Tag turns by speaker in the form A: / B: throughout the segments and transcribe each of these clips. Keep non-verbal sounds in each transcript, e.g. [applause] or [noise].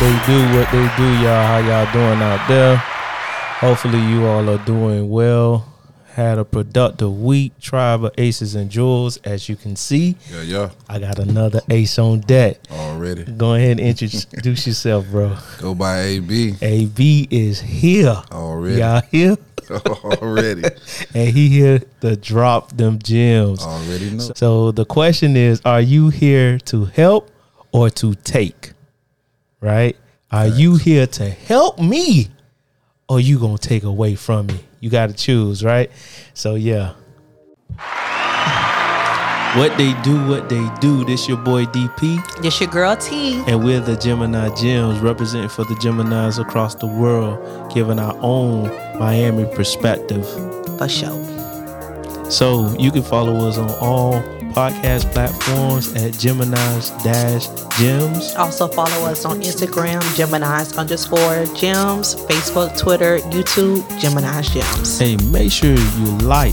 A: They do what they do, y'all. How y'all doing out there? Hopefully, you all are doing well. Had a productive week. Tribe of Aces and Jewels, as you can see.
B: Yeah, yeah.
A: I got another ace on deck.
B: Already.
A: Go ahead and introduce [laughs] yourself, bro.
B: Go by AB.
A: AB is here.
B: Already.
A: Y'all here?
B: [laughs] Already.
A: And he here to drop them gems.
B: Already know.
A: So the question is, are you here to help or to take? Right? Are you here to help me or you going to take away from me? You got to choose, right? So yeah. What they do, what they do. This your boy DP,
C: It's your girl T.
A: and we're the Gemini Gems, representing for the Geminis across the world, giving our own Miami perspective.
C: For sure.
A: So you can follow us on all podcast platforms at Gemini's Dash Gems.
C: Also follow us on Instagram, Gemini's underscore gems, Facebook, Twitter, YouTube, Gemini's gems.
A: Hey, make sure you like,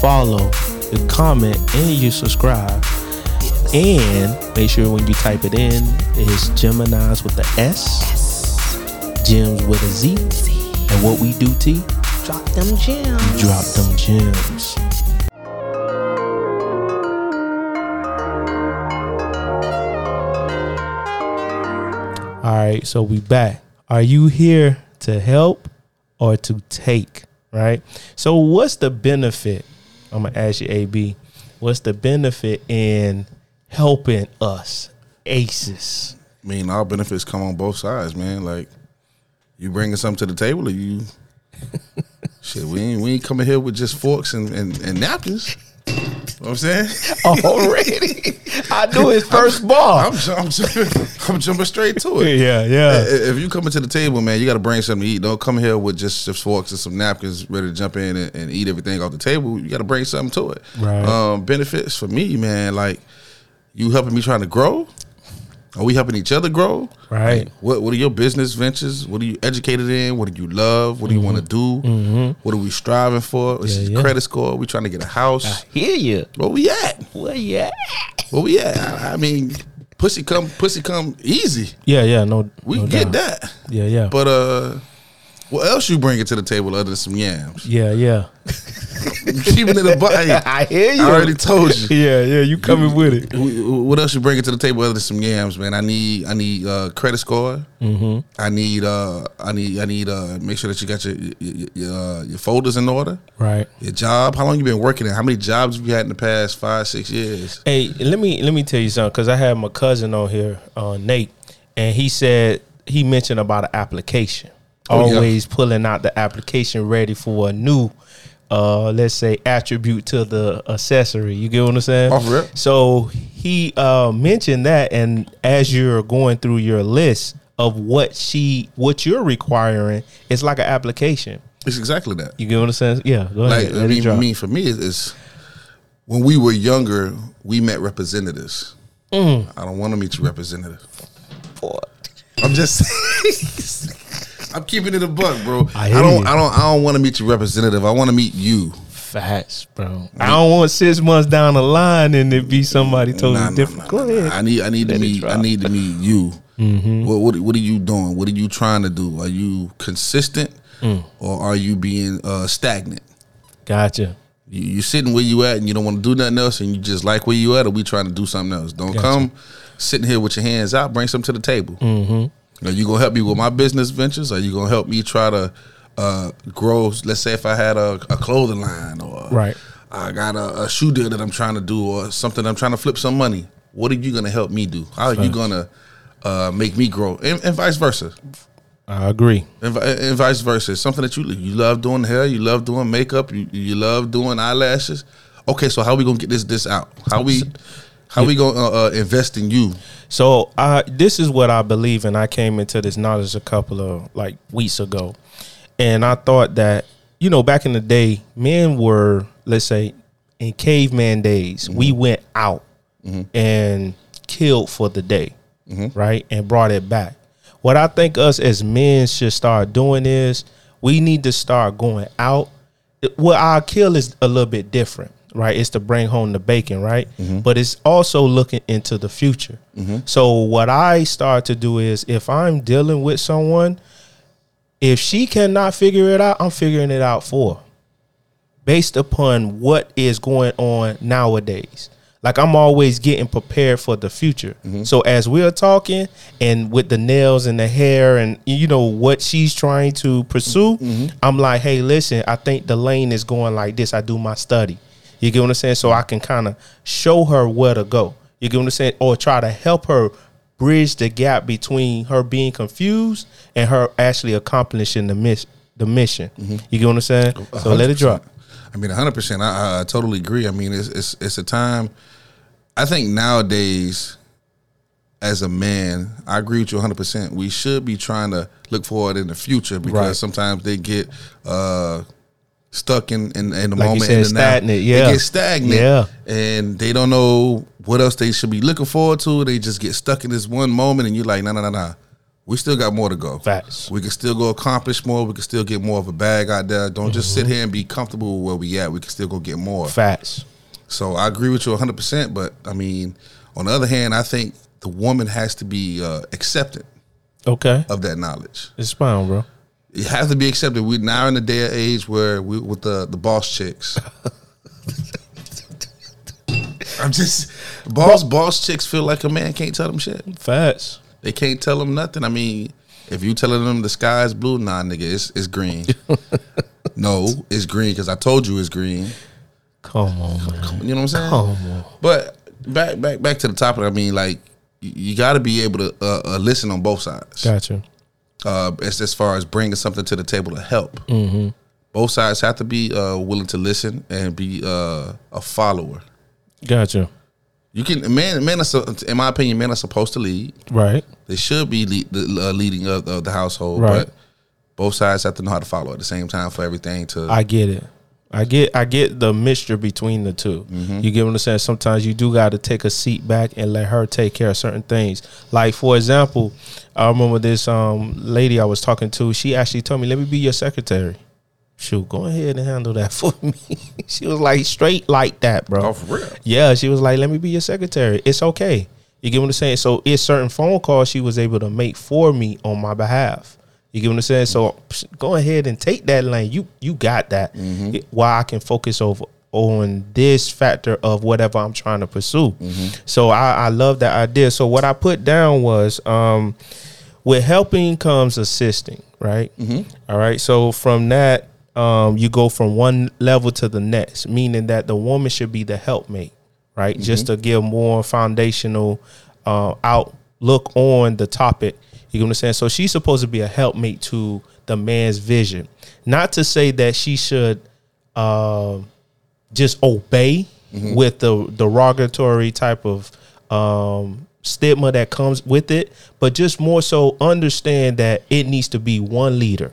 A: follow, you comment, and you subscribe. And make sure when you type it in, it's Gemini's with the S, Gems with a Z. And what we do, T,
C: Drop them gems.
A: drop them gems. All right, so we back. Are you here to help or to take? Right. So, what's the benefit? I'm gonna ask you, AB. What's the benefit in helping us, Aces?
B: I mean, all benefits come on both sides, man. Like, you bringing something to the table or you. shit, we ain't, we ain't coming here with just forks and, and, and napkins. You know what I'm saying?
A: [laughs]
B: [laughs]
A: Already, I knew his first ball.
B: I'm, ju- [laughs] I'm, jumping, I'm jumping straight to it.
A: Yeah, yeah.
B: I- If you coming to the table, man, you got to bring something to eat. Don't come here with just, just forks and some napkins ready to jump in and, and eat everything off the table. You got to bring something to it.
A: Right.
B: Um, benefits for me, man, like you helping me trying to grow. Are we helping each other grow?
A: Right.
B: Like, what What are your business ventures? What are you educated in? What do you love? What do you want to do? What are we striving for? Is
A: Mm-hmm. Yeah,
B: this
A: yeah.
B: credit score? we trying to get a house?
A: Hear you.
B: Where we at?
A: Well, yeah.
B: Where we at? I, I mean, pussy come pussy come easy.
A: Yeah, yeah. No,
B: We
A: no
B: get
A: doubt.
B: that.
A: Yeah, yeah.
B: But uh, what else you bringing to the table other than some yams? [laughs]
A: yeah, yeah.
B: You Keeping it a bu- hey,
A: I hear you.
B: I already told you.
A: [laughs] Yeah, yeah. You coming with it?
B: Wh- What else you bringing to the table other than some yams, man? I need I need uh, credit score. Mm-hmm. I need uh I need I need uh make sure that you got your your, your, uh, your folders in order.
A: Right.
B: Your job. How long you been working in? How many jobs have you had in the past five six years?
A: Hey, let me let me tell you something because I had my cousin on here, uh, Nate, and he said he mentioned about an application.
B: Oh, yeah.
A: Always pulling out the application ready for a new, uh, let's say attribute to the accessory. You get what I'm saying?
B: Off rip.
A: So he uh, mentioned that, and as you're going through your list of what she what you're requiring, it's like an application.
B: It's exactly that.
A: You get what I'm saying? Yeah. Go
B: Like
A: ahead.
B: I
A: Let it
B: mean, I
A: drop.
B: mean, for me, it's, it's when we were younger, we met representatives.
A: Mm.
B: I don't want to meet your representative.
A: [laughs]
B: I'm [laughs] just. I'm keeping it a buck, bro.
A: I
B: I,
A: hear you.
B: don't. I don't. I don't want to meet your representative. I want to meet you.
A: Facts, bro. I don't want six months down the line and it be somebody totally
B: Nah, nah,
A: Oh, different.
B: nah,
A: Go
B: nah,
A: ahead. Mm-hmm.
B: nah. I need. I need
A: Let it
B: to meet. I
A: drop.
B: need to meet you. What, what What are you doing? What are you trying to do? Are you consistent,
A: Mm.
B: or are you being uh, stagnant?
A: Gotcha.
B: You, you sitting where you at and you don't want to do nothing else and you just like where you at or we trying to do something else. Don't
A: Gotcha.
B: come sitting here with your hands out. Bring some to the table. Mm-hmm. Are you gonna help me with my business ventures? Are you gonna help me try to uh, grow? Let's say if I had a, a clothing line or
A: Right.
B: I got a, a shoe deal that I'm trying to do or something. I'm trying to flip some money. What are you gonna help me do? How are you gonna uh, make me grow? And, and vice versa
A: I agree.
B: and, vi- and vice versa. It's something that you you love doing hair, you love doing makeup, you, you love doing eyelashes. Okay, so how we gonna get this this out? How we how we gonna uh, uh, invest in you?
A: So I this is what I believe, and I came into this knowledge a couple of like weeks ago, and I thought that you know back in the day, men were let's say in caveman days, we
B: Mm-hmm.
A: went out and killed for the day,
B: Mm-hmm.
A: right, and brought it back. What I think us as men should start doing is we need to start going out. Well, our kill is a little bit different, right? It's to bring home the bacon, right? But it's also looking into the future. So what I start to do is if I'm dealing with someone, if she cannot figure it out, I'm figuring it out for her based upon what is going on nowadays. Like I'm always getting prepared for the future. So as we're talking and with the nails and the hair and you know what she's trying to pursue, I'm like, hey, listen, I think the lane is going like this. I do my study. You get what I'm saying? So I can kind of show her where to go. You get what I'm saying? Or try to help her bridge the gap between her being confused and her actually accomplishing the miss the mission. You get what I'm saying?
B: Oh,
A: So let it drop.
B: 100%. I mean, hundred percent. I, I totally agree. I mean, it's it's it's a time. I think nowadays, as a man, I agree with you hundred percent. We should be trying to look forward in the future because
A: Right.
B: sometimes they get uh, stuck in in, in the
A: Like you
B: moment.
A: said,
B: in the now.
A: stagnant, yeah.
B: they get stagnant.
A: Yeah.
B: and they don't know what else they should be looking forward to. They just get stuck in this one moment, and you're like, no, no, no, no. We still got more to go.
A: Facts.
B: We can still go accomplish more. We can still get more of a bag out there. Don't just sit here and be comfortable with where we at. We can still go get more.
A: Facts.
B: So I agree with you 100%. But I mean, on the other hand, I think the woman has to be uh, accepted
A: Okay.
B: of that knowledge.
A: It's fine, bro.
B: It has to be accepted. We're now in the day of age where we with the, the boss chicks. I'm just boss boss chicks feel like a man can't tell them shit.
A: Facts.
B: They can't tell them nothing. I mean, if you telling them the sky is blue, nah, nigga, it's
A: [laughs]
B: it's green. no, it's green because I told you it's green.
A: Come on, man.
B: You know what I'm saying?
A: Come on.
B: But back back back to the topic. I mean, like you, you got to be able to uh, uh, listen on both sides.
A: Gotcha.
B: Uh, as as far as bringing something to the table to help.
A: Mm-hmm.
B: Both sides have to be uh, willing to listen and be uh, a follower.
A: Gotcha.
B: You can man men are su- in my opinion men are supposed to lead.
A: Right.
B: They should be lead, the, uh, leading of, of the household,
A: Right.
B: but both sides have to know how to follow at the same time for everything to.
A: I get it. I get I get the mixture between the 2 You get what I'm saying? Sometimes you do gotta take a seat back and let her take care of certain things. Like for example, I remember this um lady I was talking to, she actually told me, Let me be your secretary. Shoot, go ahead and handle that [laughs] for me. she was like straight like that, bro.
B: Oh, for real?
A: Yeah, she was like, "Let me be your secretary. It's okay." You get what I'm saying? So it's certain phone calls she was able to make for me on my behalf. You get what I'm saying? So psh, go ahead and take that lane. You you got that. It- While I can focus over on this factor of whatever I'm trying to pursue. So I, I love that idea. So what I put down was um, with helping comes assisting, right? All right. So from that, um, you go from one level to the next, meaning that the woman should be the helpmate, right? Just to give more foundational uh, outlook on the topic. You get what I'm saying? So she's supposed to be a helpmate to the man's vision. Not to say that she should um just obey with the derogatory type of um, stigma that comes with it, but just more so understand that it needs to be one leader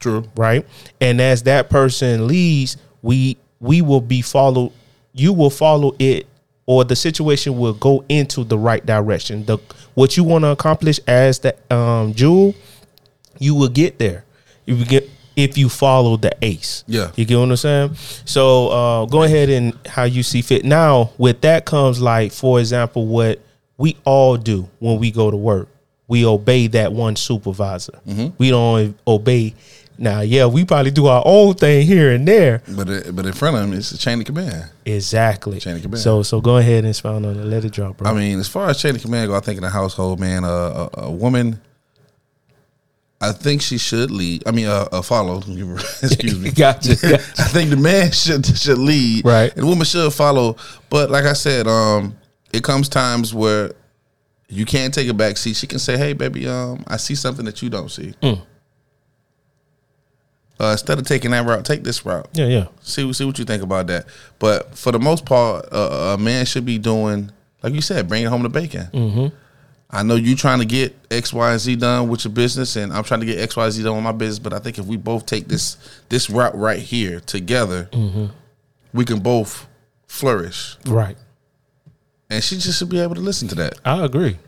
B: True.
A: right? And as that person leads, we we will be followed. You will follow it, or the situation will go into the right direction. The what you want to accomplish as the um, jewel, you will get there. If you get if you follow the ace,
B: Yeah.
A: you get what I'm saying. So uh, go ahead and how you see fit. Now with that comes like for example what we all do when we go to work. We obey that one supervisor.
B: Mm-hmm.
A: We don't obey. Now, yeah, we probably do our own thing here and there.
B: But uh, but in front of him, it's a chain of command.
A: Exactly.
B: Chain of command.
A: So, so go ahead and expound on it. Let it drop, bro.
B: I mean, as far as chain of command go, I think in the household, man, uh, a, a woman, I think she should lead. I mean, uh, uh, follow. [laughs] Excuse
A: [laughs]
B: me.
A: Gotcha,
B: [laughs]
A: gotcha.
B: I think the man should should lead,
A: Right.
B: And the woman should follow. But like I said, um, it comes times where you can't take a back seat. She can say, "Hey, baby, um, I see something that you don't see." Uh, instead of taking that route, take this route
A: yeah, yeah.
B: see see what you think about that. But for the most part, uh, a man should be doing like you said, bringing home the bacon. Mm-hmm. I know you trying to get X, Y, and Z done with your business, and I'm trying to get X, Y, Z done with my business. But I think if we both take this this route right here together,
A: Mm-hmm.
B: we can both flourish.
A: Right.
B: And she just should be able to listen to that.
A: I agree.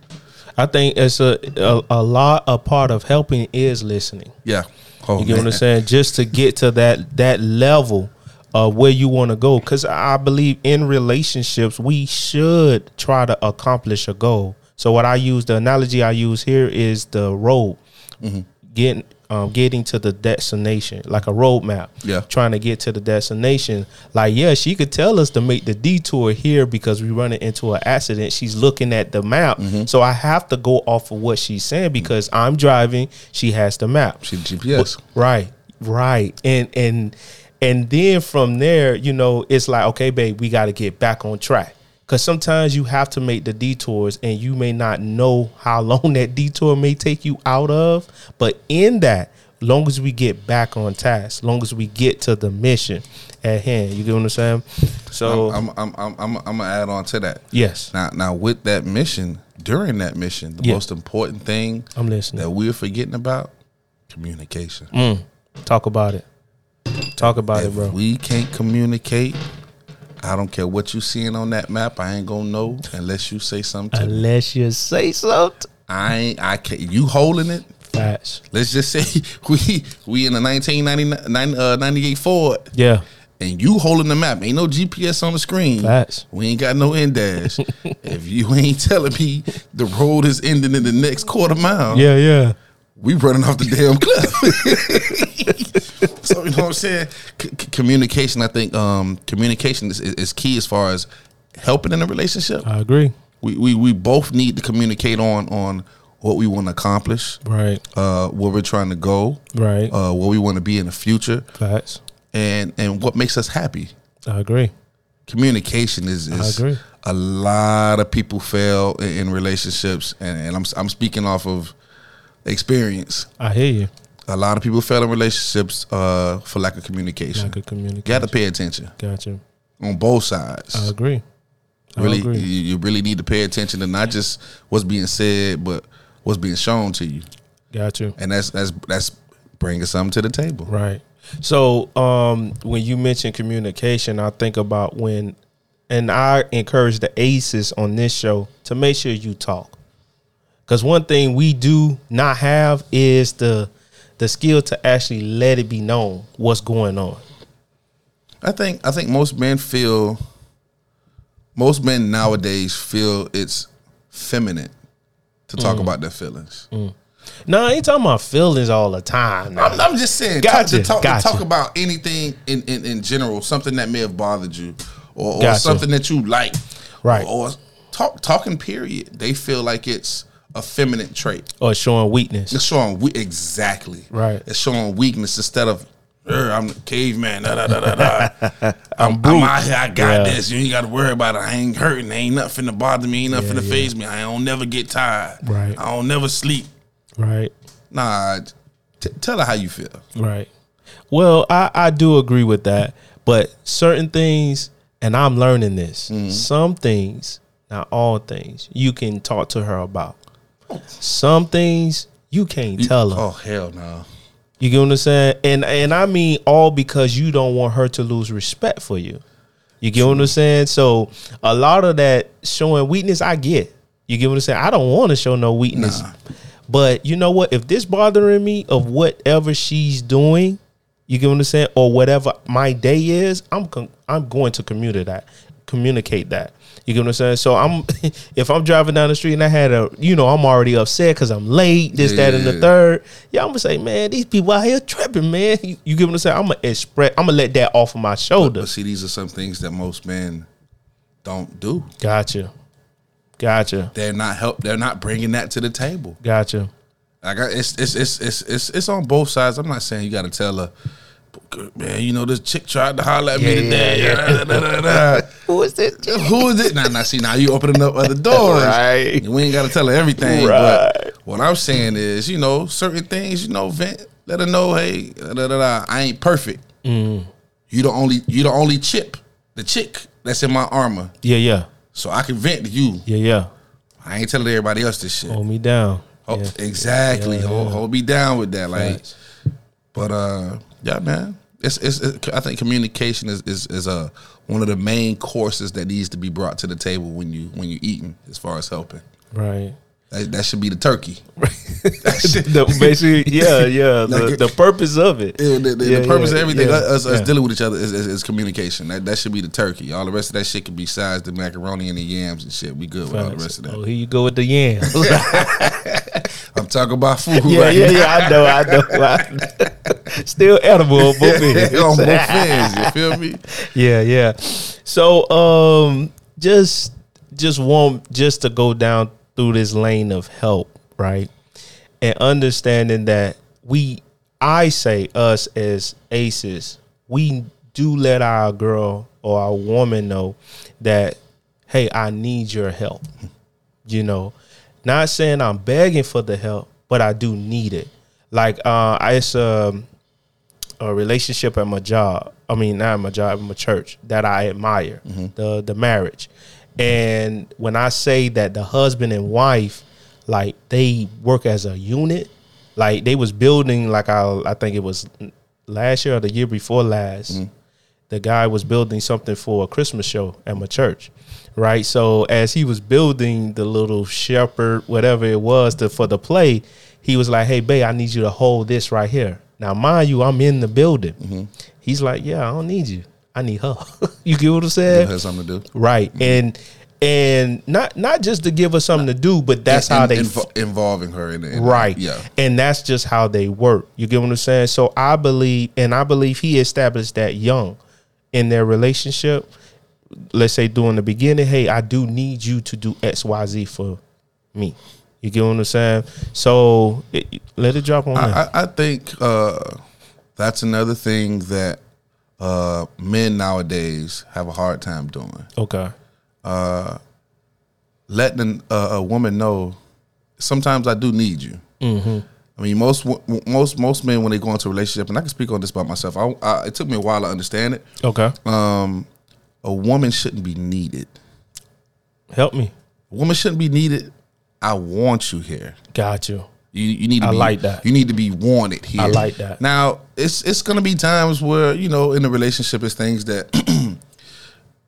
A: I think it's a a, a lot. A part of helping is listening.
B: Yeah. Oh,
A: You get what
B: man.
A: I'm saying? Just to get to that that level uh, where you want to go. Because I believe in relationships, we should try to accomplish a goal. So what I use, the analogy I use here is the road,
B: Mm-hmm.
A: getting um, getting to the destination, like a roadmap.
B: Yeah.
A: trying to get to the destination. Like yeah, she could tell us to make the detour here because we running into an accident. She's looking at the map,
B: Mm-hmm.
A: so I have to go off of what she's saying because I'm driving. She has the map.
B: She GPS.
A: Right, right, and and and then from there, you know, it's like okay, babe, we got to get back on track because sometimes you have to make the detours, and you may not know how [laughs] long that detour may take you out of, but in that. Long as we get back on task, long as we get to the mission at hand, you get what I'm saying. So
B: I'm I'm I'm I'm, I'm gonna add on to that.
A: yes,
B: Now now with that mission, during that mission, the
A: Yeah.
B: most important thing
A: I'm listening.
B: that we're forgetting about communication.
A: Talk about it. Talk about it,
B: If
A: bro.
B: we can't communicate, I don't care what you seeing on that map. I ain't gonna know unless you say something.
A: Uh,
B: to me.
A: Unless you say something.
B: I ain't. I can't. You holding it?
A: Facts.
B: Let's just say [laughs] we we in a 1999 uh, 98 Ford,
A: Yeah.
B: and you holding the map. Ain't no GPS on the screen.
A: Facts.
B: We ain't got no end dash. if you ain't telling me the road is ending in the next quarter mile,
A: Yeah. Yeah.
B: we running off the damn cliff. so you know what I'm saying? C- c- communication, I think, um, communication is, is key as far as helping in a relationship.
A: I agree.
B: We, we we both need to communicate on on what we want to accomplish,
A: Right.
B: uh, where we're trying to go,
A: Right.
B: uh, where we want to be in the future,
A: Facts.
B: and and what makes us happy.
A: I agree.
B: communication is, is
A: agree.
B: a lot of people fail in, in relationships and, and I'm, I'm speaking off of experience
A: I hear you.
B: a lot of people fail in relationships uh, for lack of communication
A: Lack of
B: you
A: communication.
B: gotta pay attention
A: Gotcha.
B: on both sides
A: I agree. Uh, I
B: really you,
A: agree.
B: you really need to pay attention to not just what's being said but what's being shown to you
A: Gotcha.
B: and that's that's that's bringing something to the table
A: Right. So um, when you mention communication, I think about when, and I encourage the aces on this show to make sure you talk, because one thing we do not have is the the skill to actually let it be known what's going on.
B: I think I think most men feel most men nowadays feel it's feminine to
A: Mm.
B: talk about their feelings.
A: No, I ain't talking about feelings all the time. now.
B: I'm, I'm just saying
A: Gotcha,
B: to, talk, to
A: gotcha.
B: talk about anything in, in, in general, something that may have bothered you or, or
A: Gotcha.
B: something that you like.
A: Right.
B: Or, or talk talking period. They feel like it's a feminine trait.
A: Or showing weakness.
B: It's showing we- exactly.
A: Right.
B: It's showing weakness instead of "Er, I'm the caveman. Da, da, da, da,
A: [laughs]
B: da. I'm, I'm out here. I got
A: Yeah.
B: this. You ain't got to worry about it. I ain't hurting. Ain't nothing to bother me. Ain't nothing
A: Yeah,
B: to
A: yeah.
B: phase me. I don't never get tired.
A: Right.
B: I don't never sleep.
A: Right.
B: Nah. T- tell her how you feel.
A: Right. Well, I, I do agree with that, but certain things, and I'm learning this, some things, not all things, you can talk to her about. Some things you can't tell her.
B: Oh hell no.
A: You get what I'm saying? And and I mean all because you don't want her to lose respect for you. You get what I'm saying? So a lot of that showing weakness, I get. You get what I'm saying? I don't want to show no weakness. But you know what? If this bothering me of whatever she's doing, you get what I'm saying, or whatever my day is, I'm con- I'm going to communicate that, communicate that. You get what I'm saying? So I'm [laughs] if I'm driving down the street and I had a, you know, I'm already upset because I'm late, this, that, and the
B: Yeah.
A: third. Yeah, I'm gonna say, man, these people out here tripping, man. You, you get what I'm saying? I'm gonna express, I'm gonna let that off of my
B: But
A: shoulders.
B: see, these are some things that most men don't do.
A: Gotcha, gotcha,
B: They're not help. They're not bringing that to the table.
A: gotcha.
B: Like I, it's, it's it's it's it's it's on both sides. I'm not saying you got to tell her, man. You know this chick tried to holler at me
A: Yeah,
B: today.
A: yeah,
B: [laughs] da, da, da, da, da."
C: Who is this?
B: Who is it? Now, now see, now you opening up other doors.
A: Right.
B: We ain't got to tell her everything.
A: Right.
B: But what I'm saying is, you know, certain things, you know, vent. Let her know, hey, da, da, da, da, I ain't perfect. You the only you the only chip, the chick that's in my armor.
A: Yeah, yeah,
B: So I can vent to you.
A: yeah, yeah.
B: I ain't telling everybody else this shit.
A: Hold me down.
B: Oh,
A: Yeah.
B: Exactly.
A: Yeah,
B: Hold,
A: yeah.
B: hold me down with that. Like,
A: Facts.
B: but uh, yeah, man. It's, it's, it- I think communication is is, is uh, one of the main courses that needs to be brought to the table when you when you eating as far as helping. [laughs]
A: Right.
B: That, that should be the turkey.
A: the, basically, yeah,
B: [laughs]
A: yeah. The,
B: Like-
A: the purpose of it.
B: Yeah, the, the- the
A: Yeah,
B: purpose
A: yeah,
B: of everything,
A: yeah,
B: us, us
A: yeah.
B: dealing with each other, is, is, is communication. That that should be the turkey. All the rest of that shit can be sides, the macaroni and the yams and shit. We good with all the rest of
A: Oh,
B: that.
A: here you go with the
B: [laughs]
A: yam.
B: I'm talking about food
A: [laughs] yeah,
B: right [laughs]
A: yeah,
B: now.
A: yeah. I know, I know. I know. [laughs] Still edible, on
B: [laughs]
A: both ends.
B: on both ends, [laughs] you feel me?
A: [laughs] yeah, yeah. So, um, just just want just to go down through this lane of help, right? And understanding that we, I say us as aces, we do let our girl or our woman know that, hey, I need your help. You know, not saying I'm begging for the help, but I do need it. Like, uh, I- it's um, a relationship at my job. I mean, not at my job, at my church that I admire the the marriage. And when I say that the husband and wife, like they work as a unit, like they was building like I I think it was last year or the year before last. The guy was building something for a Christmas show at my church, right? So as he was building the little shepherd, whatever it was, to, for the play, he was like, "Hey, babe, I need you to hold this right here." Now, mind you, I'm in the building. He's like, "Yeah, I don't need you. I need her." [laughs] you get what I'm saying?
B: Has something to do.
A: right and and not not just to give us something to do but that's
B: In-
A: how they
B: invo- involving her in it. in-
A: right
B: Yeah.
A: and that's just how they work you get what i'm saying so i believe and i believe he established that young in their relationship let's say during the beginning hey i do need you to do xyz for me you get what i'm saying so it, let it drop on that.
B: I, I- I think uh, that's another thing that uh, men nowadays have a hard time doing.
A: okay
B: Letting an, uh, a woman know, sometimes I do need you.
A: Mm-hmm.
B: I mean, most wo- most most men when they go into a relationship, and I can speak on this by myself. I, I, it took me a while to understand it.
A: okay
B: Um, a woman shouldn't be needed.
A: help me
B: A woman shouldn't be needed. I want you here.
A: got you
B: You, you need to
A: I
B: be,
A: like that.
B: You need to be wanted here.
A: I like that.
B: Now it's it's gonna be times where you know in a relationship it's things that [clears throat]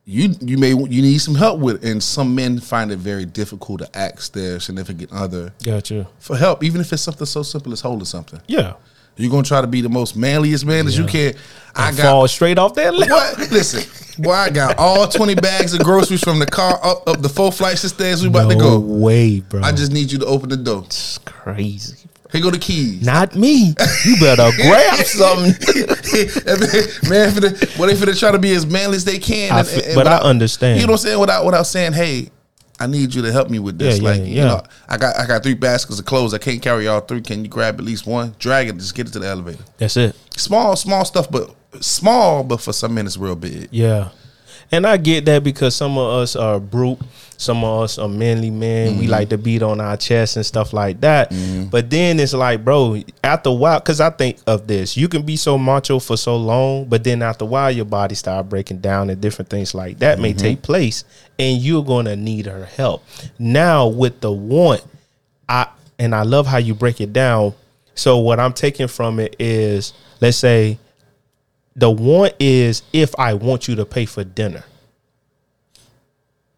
B: you you may you need some help with, and some men find it very difficult to ask their significant other
A: got you
B: for help, even if it's something so simple as holding something.
A: yeah
B: You're gonna try to be the most manliest man as you can. I got
A: fall straight off that lip.
B: what? Listen, boy, I got all twenty bags of groceries from the car up up the four flights of stairs. We about to
A: no
B: go.
A: way bro
B: I just need you to open the door.
A: It's crazy.
B: Here go the keys.
A: Not me. You
B: [laughs]
A: better grab something.
B: man, for the, well, they for try to be as manly as they can.
A: I
B: and-
A: fe-
B: and- and
A: but I
B: without-
A: understand.
B: You know what I'm saying? Without without saying, hey, I need you to help me with this.
A: Yeah, yeah,
B: like, you
A: yeah.
B: know, I got I got three baskets of clothes. I can't carry all three. Can you grab at least one? Drag it. Just get it to the elevator.
A: That's it.
B: Small, small stuff, but small, but for some men it's real big.
A: Yeah. And I get that because some of us are brute, some of us are manly men. We like to beat on our chest and stuff like that. But then it's like, bro, after a while, because I think of this, you can be so macho for so long, but then after a while, your body start breaking down and different things like that may take place, and you're gonna need her help. Now with the want, I and I love how you break it down. So what I'm taking from it is, let's say the want is if I want you to pay for dinner.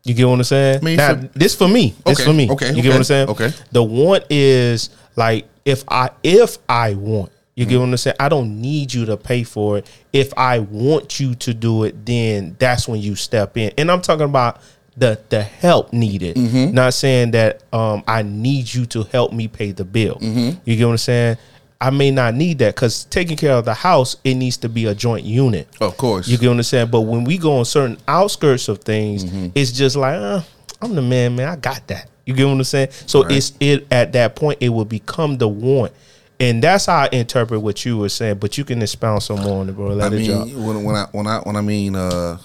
A: You get what I'm saying?
B: mean,
A: now,
B: for-
A: this for me. This
B: Okay,
A: for me.
B: okay,
A: You get
B: okay,
A: what I'm saying?
B: okay.
A: The want is like if I if I want. You get what I'm saying? I don't need you to pay for it. If I want you to do it, then that's when you step in. And I'm talking about the the help needed. Not saying that um I need you to help me pay the bill. You get what I'm saying? I may not need that because taking care of the house, it needs to be a joint unit.
B: Of course.
A: You get what I'm saying? But when we go on certain outskirts of things,
B: Mm-hmm.
A: it's just like, uh, I'm the man, man. I got that. You get what I'm saying? So it's it at that point it will become the want. And that's how I interpret what you were saying, but you can expound some more on it, bro. Let
B: I
A: it drop.
B: mean, when, when I when I when I mean uh,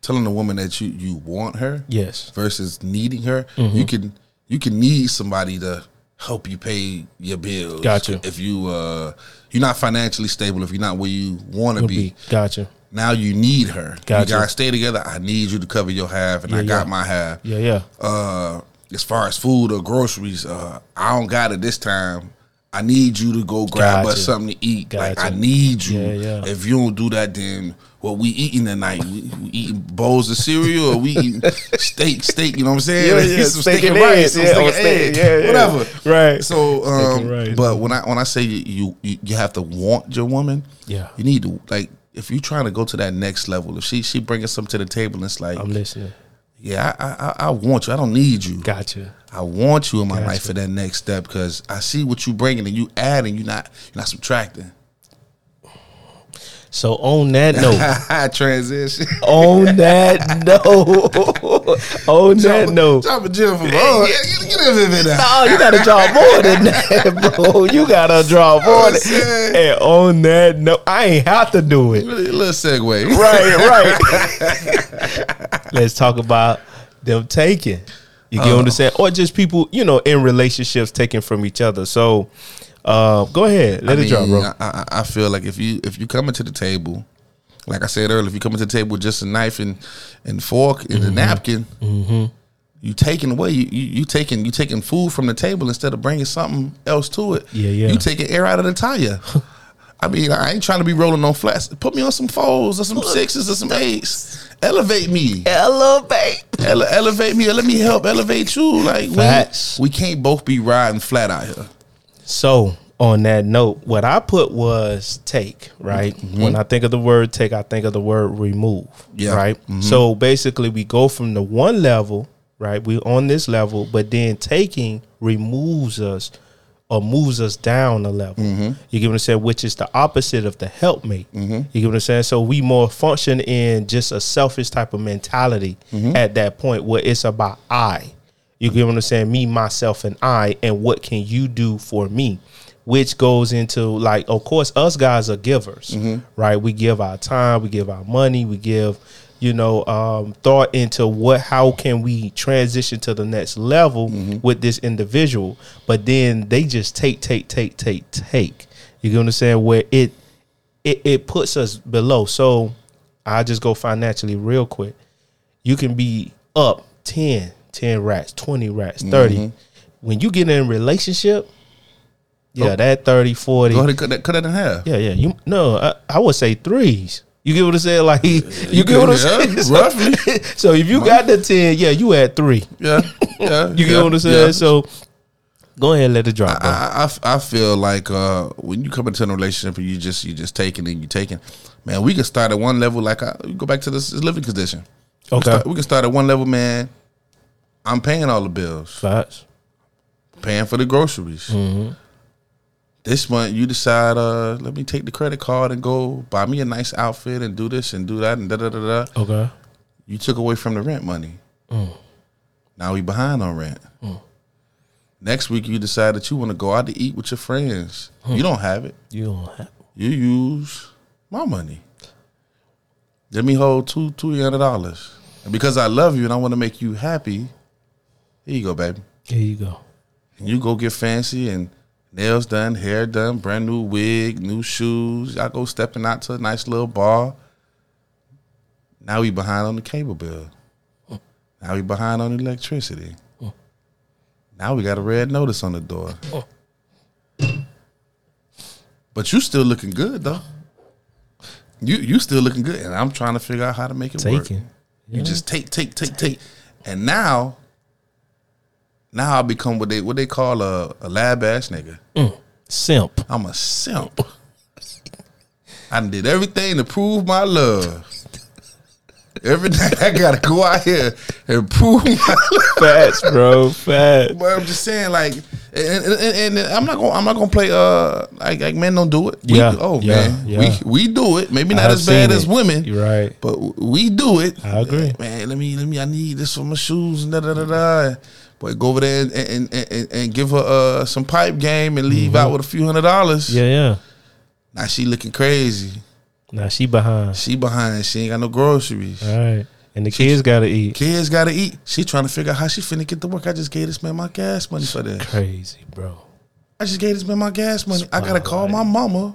B: telling a woman that you you want her,
A: Yes. Mm-hmm.
B: versus needing her, you can you can need somebody to help you pay your bills.
A: Gotcha.
B: If you uh, you're not financially stable, if you're not where you want to be,
A: Gotcha.
B: now you need her.
A: Gotcha.
B: You gotta stay together. I need you to cover your half, and I got
A: yeah.
B: my half.
A: Yeah, yeah.
B: Uh, as far as food or groceries, uh, I don't got it this time. I need you to go grab
A: Gotcha.
B: us something to eat. Like I
A: Gotcha.
B: need you.
A: Yeah, yeah.
B: If you don't do that, then what we eating tonight? We, we eating bowls of cereal or we eating steak, steak, you know what I'm saying?
D: Yeah,
B: Like,
D: yeah,
B: some
D: steak
B: steak and
D: and
B: rice,
D: eggs,
B: some
D: yeah,
B: steak
D: or
B: and
D: steak,
B: eggs,
D: yeah, yeah.
B: whatever.
A: Right.
B: So
A: and
B: um
A: rice.
B: but when I when I say you you, you have to want your woman,
A: Yeah.
B: you need to like if you're trying to go to that next level, if she she bringing something to the table, and it's like,
A: I'm listening.
B: yeah, I, I- I I want you. I don't need you.
A: Gotcha.
B: I want you in my life for that next step because I see what you bringing and you adding. You not you not subtracting. [laughs]
A: So on that note,
B: Transition.
A: on that [laughs] note, on
B: [laughs]
A: that note.
B: Drop a gym
A: [laughs]
B: for more. Get, get, get him in there.
A: No, you gotta draw more
B: [laughs]
A: than that, bro. You gotta draw more.
B: I'm
A: Than,
B: saying.
A: and on that note, I ain't have to do it.
B: Really, a [laughs] little segue.
A: [laughs] Right, right. Let's talk about them taking. You get what
B: Uh.
A: I'm saying? Or just people, you know, in relationships taking from each other. So uh, go ahead. Let
B: I
A: it drop,
B: mean,
A: bro.
B: I, I, I feel like if you if you coming to the table, like I said earlier, if you coming to the table with just a knife and and fork and a
A: Mm-hmm.
B: napkin, you taking away you, you you taking you taking food from the table instead of bringing something else to it.
A: Yeah, yeah.
B: You taking air out of
A: [laughs]
B: the tire. I mean, I ain't trying to be rolling on flats. Put me on some fours or some sixes or some eights. Elevate me.
A: Elevate.
B: Ele- elevate me. Let me help elevate you. Like
A: Facts.
B: we, we can't both be riding flat out here.
A: So on that note, what I put was take, right? When I think of the word take, I think of the word remove.
B: Yeah.
A: Right. So basically we go from the one level, right? We're on this level, but then taking removes us or moves us down a level. You get what I'm saying? Which is the opposite of the helpmate. You get what I'm saying? So we more function in just a selfish type of mentality at that point where it's about I. You get what I'm saying? Me, myself, and I, and what can you do for me? Which goes into like, of course, us guys are givers, right? We give our time, we give our money, we give, you know, um, thought into what, how can we transition to the next level with this individual? But then they just take, take, take, take, take. You get what I'm saying? Where it, it, it puts us below. So I just go financially real quick you can be up 10, 10 rats, 20 rats,
B: Mm-hmm.
A: 30. When you get in a relationship, yeah, that 30, 40.
B: Oh. Go ahead and cut that, cut that in half.
A: Yeah, yeah. You no, I, I would say threes. You get what I'm saying? [laughs] Like you, get what I'm saying? [laughs]
B: yeah,
A: So-
B: roughly.
A: So if you got the 10, yeah, you at three.
B: Yeah, yeah.
A: [laughs] You get
B: yeah,
A: what I'm saying?
B: yeah.
A: So go ahead and let it drop. bro.
B: I, I I feel like uh, when you come into a relationship and you just you just taking and you taking, man, we can start at one level. Like I we go back to this, this living condition. We
A: Okay.
B: can, start, we can start at one level, man. I'm paying all the bills,
A: Facts.
B: paying for the groceries.
A: Mm-hmm.
B: This month you decide, uh, let me take the credit card and go buy me a nice outfit and do this and do that and da da da da.
A: Okay.
B: You took away from the rent money. Now we behind on rent. Next week you decide that you want to go out to eat with your friends. You don't have it.
A: You don't have
B: You use my money. Let me hold two two hundred dollars. And because I love you and I want to make you happy, here you go, baby.
A: Here you go.
B: And you go get fancy and nails done, hair done, brand new wig, new shoes. I go stepping out to a nice little bar. Now we behind on the cable bill. Now we behind on electricity. Now we got a red notice on the door. But you still looking good though. You you still looking good, and I'm trying to figure out how to make it work.
A: Taking.
B: You just take, take, take, take, and now, now I become what they what they call a, a lab ass nigga.
A: Simp.
B: I'm a simp. I done did everything to prove my love. Every night [laughs] I gotta go out here and prove my love.
A: Facts, bro. Facts.
B: But I'm just saying, like, and, and, and, and I'm not gonna I'm not gonna play. Uh, like, like men don't do it. We,
A: Yeah,
B: Oh
A: yeah,
B: man,
A: yeah.
B: we we do it. Maybe not
A: I've
B: as bad
A: seen
B: as
A: it.
B: women.
A: You're right.
B: But w- we do it.
A: I agree.
B: Eh, Man, let me let me. I need this for my shoes and da da da da. Boy, go over there and and, and, and- and give her uh, some pipe game and leave out with a few hundred dollars.
A: Mm-hmm. Yeah, yeah.
B: Now she looking crazy.
A: Now she behind.
B: She behind. She ain't got no groceries.
A: All right. And the kids gotta eat.
B: Kids gotta eat. She trying to figure out how she finna get to work. I just gave this man my gas money for that.
A: Crazy, bro.
B: I just gave this man my gas money. I gotta call my mama.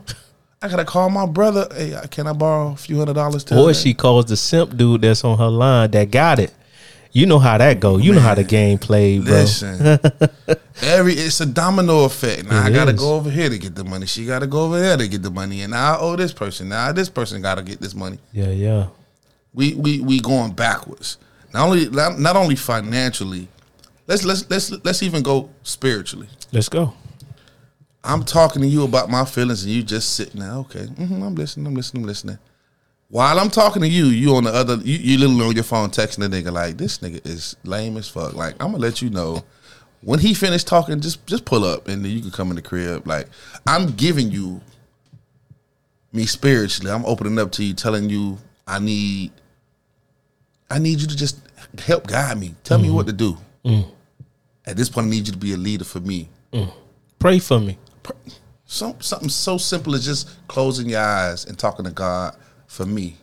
B: I gotta call my brother. Hey, can I borrow a few hundred dollars? till
A: Or
B: then?
A: she calls the simp dude that's on her line that got it. You know how that go. You know how the game played, bro. [laughs]
B: Listen, every it's a domino effect. Now I
A: It
B: gotta
A: is.
B: go over here to get the money. She gotta go over there to get the money, and now I owe this person. Now this person gotta get this money.
A: Yeah, yeah.
B: We we we going backwards. Not only not not only financially. Let's let's let's let's even go spiritually.
A: Let's go.
B: I'm talking to you about my feelings, and you just sitting there. Okay, hmm I'm listening. I'm listening. I'm listening. While I'm talking to you, you on the other, you, you literally on your phone texting the nigga like, this nigga is lame as fuck. Like, I'm gonna let you know when he finished talking, just just pull up, and then you can come in the crib. Like, I'm giving you me spiritually. I'm opening up to you, telling you I need, I need you to just help guide me. Tell me what to do. At this point, I need you to be a leader for me
A: Pray for me.
B: some, something so simple as just closing your eyes and talking to God for me.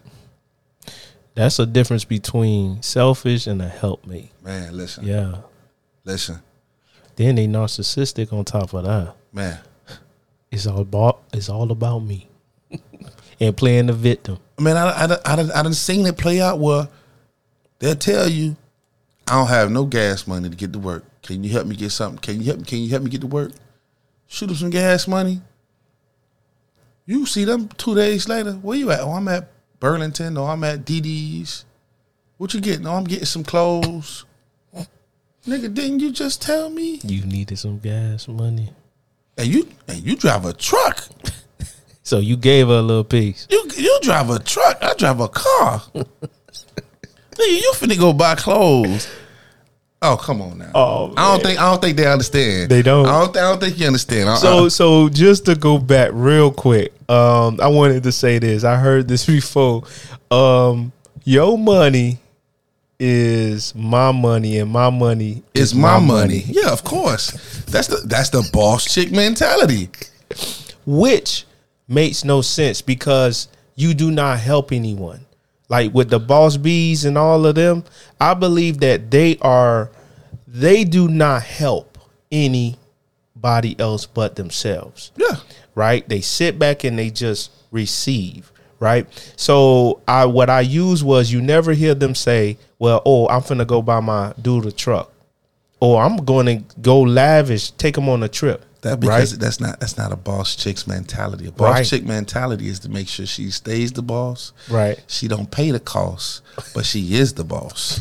A: That's a difference between selfish and a help me.
B: Man, listen,
A: Yeah.
B: listen,
A: Then they narcissistic on top of that.
B: man.
A: It's all about it's all about me. [laughs] and playing the victim.
B: Man, I, I, done- I, done- I done seen it play out where they'll tell you, I don't have no gas money to get to work. Can you help me get something? Can you help me? Can you help me get to work? Shoot up some gas money. You see them two days later. Where you at? Oh, I'm at Burlington. Oh, I'm at DD's. What you getting? Oh, I'm getting some clothes. [laughs] Nigga, didn't you just tell me?
A: You needed some gas money.
B: and you and you drive a truck.
A: So you gave her a little piece.
B: You you drive a truck. I drive a [laughs] car. Nigga, you finna go buy clothes. Oh come on now.
A: Oh,
B: I don't think I don't think they understand.
A: They don't.
B: I don't think I don't think you understand. Uh, I-
A: So
B: I-
A: so just to go back real quick, um, I wanted to say this. I heard this [laughs] before. Um, your money is my money, and my money
B: it's my money. Yeah, of course. That's the that's the boss chick mentality.
A: which makes no sense because you do not help anyone. Like with the boss bees and all of them, I believe that they are they do not help anybody else but themselves
B: Yeah.
A: right? They sit back and they just receive, right? So I what I used was you never hear them say, "Well, oh, I'm finna go buy my dude a truck," or "I'm going to go lavish, take him on a trip."
B: That because that's not that's not a boss chick's mentality. A boss
A: Right.
B: chick mentality is to make sure she stays the boss.
A: Right.
B: She don't pay the cost, but she is the
A: [laughs]
B: boss.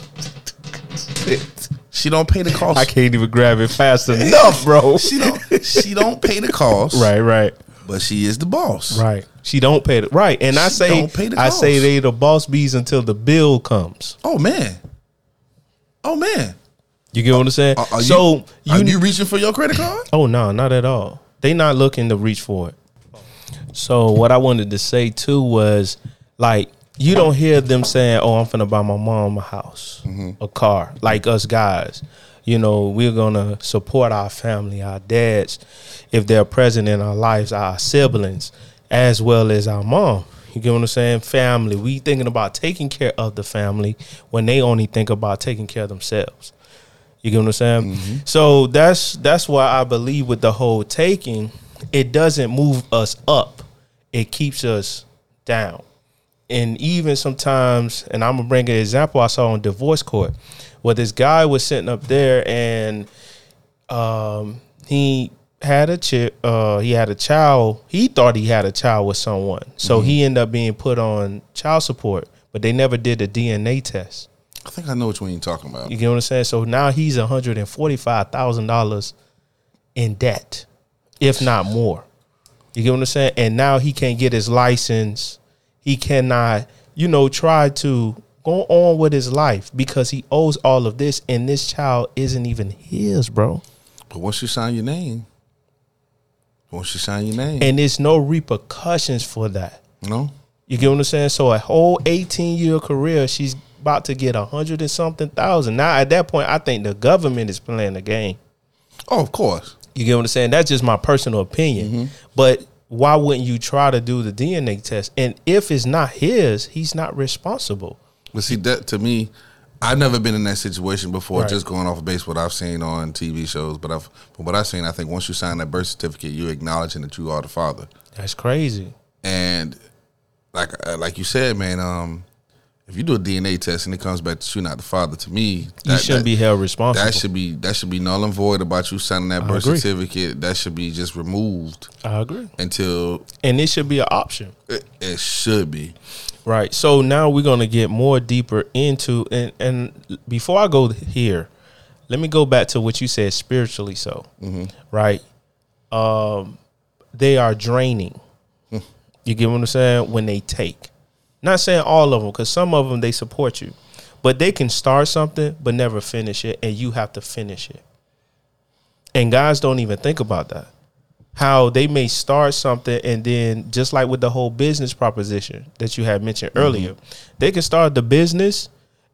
B: she don't pay the cost.
A: I can't even grab it fast
B: [laughs]
A: enough, [laughs] bro.
B: She don't she don't pay the cost.
A: right, right,
B: But she is the boss.
A: right. She don't pay the right, and I
B: She
A: say
B: don't pay the
A: I say
B: bills.
A: they the boss bees until the bill comes.
B: Oh man. Oh man.
A: You get what I'm saying?
B: Uh, Are, are
A: so
B: you, are you reaching for your credit card?
A: Oh no, not at all. They not looking to reach for it. So what I wanted to say too was like you don't hear them saying, "Oh, I'm finna buy my mom a house, a car." Like us guys, you know, we're gonna support our family, our dads, if they're present in our lives, our siblings, as well as our mom. You get what I'm saying? Family. We thinking about taking care of the family when they only think about taking care of themselves. You get what I'm saying? So that's that's why I believe with the whole taking, it doesn't move us up. It keeps us down. And even sometimes, and I'm gonna bring an example I saw on divorce court, where this guy was sitting up there and um, he had a chi- uh, he had a child. He thought he had a child with someone, so he ended up being put on child support. But they never did a DNA test.
B: I think I know which one you're talking about.
A: You get what I'm saying? So now he's hundred and forty five thousand dollars in debt, if not more. You get what I'm saying? And now he can't get his license. He cannot, you know, try to go on with his life because he owes all of this, and this child isn't even his, bro.
B: But once you sign your name, once you sign your name,
A: And there's no repercussions for that.
B: you know?
A: You get what I'm saying? So a whole 18 year career, she's about to get a hundred and something thousand. Now at that point, I think the government is playing the game.
B: Oh, of course.
A: You get what I'm saying? That's just my personal opinion.
B: Mm-hmm.
A: But why wouldn't you try to do the DNA test? And if it's not his, he's not responsible.
B: But see, that to me, I've never been in that situation before.
A: Right.
B: Just going off of base what I've seen on TV shows, but I've from what I've seen, I think once you sign that birth certificate, you're acknowledging that you are the father.
A: That's crazy.
B: and like uh, like you said, man, um, If you do a DNA test and it comes back that you're not the father, to me,
A: you shouldn't be held responsible.
B: That should be that should be null and void about you signing that birth
A: agree.
B: certificate. That should be just removed
A: I agree.
B: until
A: And it should be an option.
B: it, it should be.
A: Right. So now we're gonna get more deeper into and and before I go here, let me go back to what you said spiritually. So, right, um, they are draining. you get what I'm saying when they take. Not saying all of them, because some of them they support you, but they can start something but never finish it, and you have to finish it. And guys don't even think about that how they may start something and then just like with the whole business proposition that you had mentioned earlier they can start the business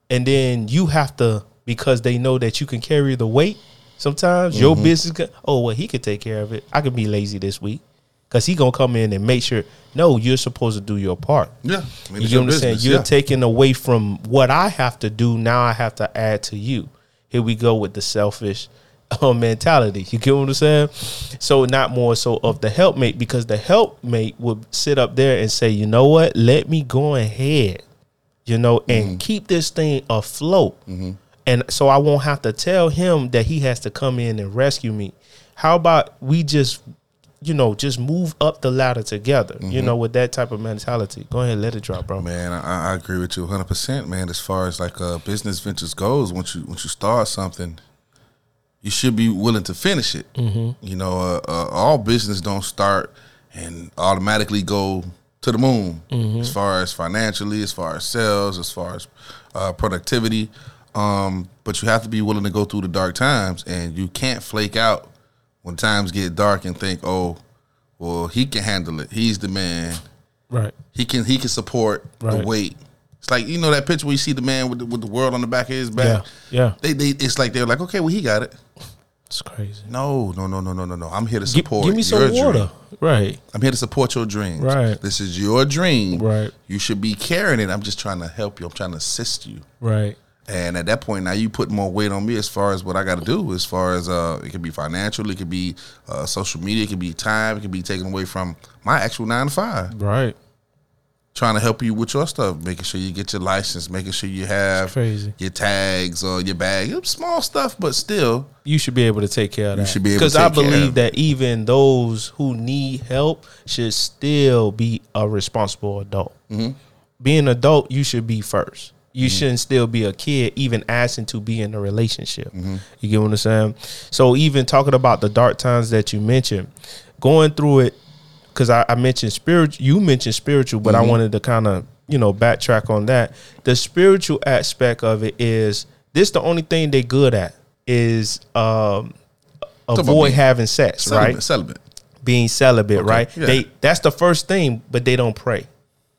A: and then you have to because they know that you can carry the weight sometimes your business can, oh well he could take care of it i could be lazy this week because he gonna come in and make sure no you're supposed to do your part
B: Yeah, I mean,
A: you
B: it's
A: get
B: your
A: what I'm saying?
B: business,
A: You're
B: yeah.
A: taking away from what I have to do. Now I have to add to you. Here we go with the selfish [laughs] uh, mentality. You get what I'm saying? So not more so of the helpmate because the helpmate would sit up there and say, you know what? Let me go ahead, you know, and
B: Mm-hmm.
A: keep this thing afloat. And so I won't have to tell him that he has to come in and rescue me. How about we just, you know, just move up the ladder together,
B: Mm-hmm.
A: you know, with that type of mentality. Go ahead, let it drop, bro.
B: Man, I, I agree with you 100, percent man. As far as like uh, business ventures goes, once you once you start something, you should be willing to finish it. Mm-hmm. You know, uh, uh, all business don't start and automatically go to the moon. As far as financially, as far as sales, as far as uh, productivity, um, but you have to be willing to go through the dark times, and you can't flake out when times get dark and think, oh, well, he can handle it. He's the man.
A: Right.
B: He can he can support the
A: Right.
B: weight. It's like you know that picture where you see the man with the, with the world on the back of his
A: Yeah.
B: back.
A: Yeah.
B: They, they it's like they're like okay well he got it.
A: It's crazy.
B: No no no no no no no. I'm here to
A: Give,
B: support.
A: give me some
B: your
A: water.
B: Dream.
A: Right.
B: I'm here to support your dreams.
A: Right.
B: This is your dream.
A: Right.
B: You should be carrying it. I'm just trying to help you. I'm trying to assist you.
A: Right.
B: And at that point, now you put more weight on me as far as what I got to do. As far as uh, it could be financial, it could be uh, social media, it could be time, it could be taken away from my actual nine to five.
A: Right.
B: trying to help you with your stuff, making sure you get your license, making sure you have
A: It's crazy.
B: your tags or your bag. It's Small stuff, but still,
A: You should be able to take care of that.
B: should be able to
A: because I
B: take care of
A: believe
B: that.
A: that even those who need help should still be a responsible adult. Being adult, you should be first. You shouldn't still be a kid, even asking to be in a relationship. You get what I'm saying? So even talking about the dark times that you mentioned, going through it, because I, I mentioned spiritual. You mentioned spiritual, but I wanted to kind of you know backtrack on that. The spiritual aspect of it is this: the only thing they good at is um,
B: about
A: avoid
B: being
A: having sex,
B: celibate,
A: right?
B: celibate.
A: Being celibate, right?
B: yeah.
A: They that's the first thing, but they don't pray,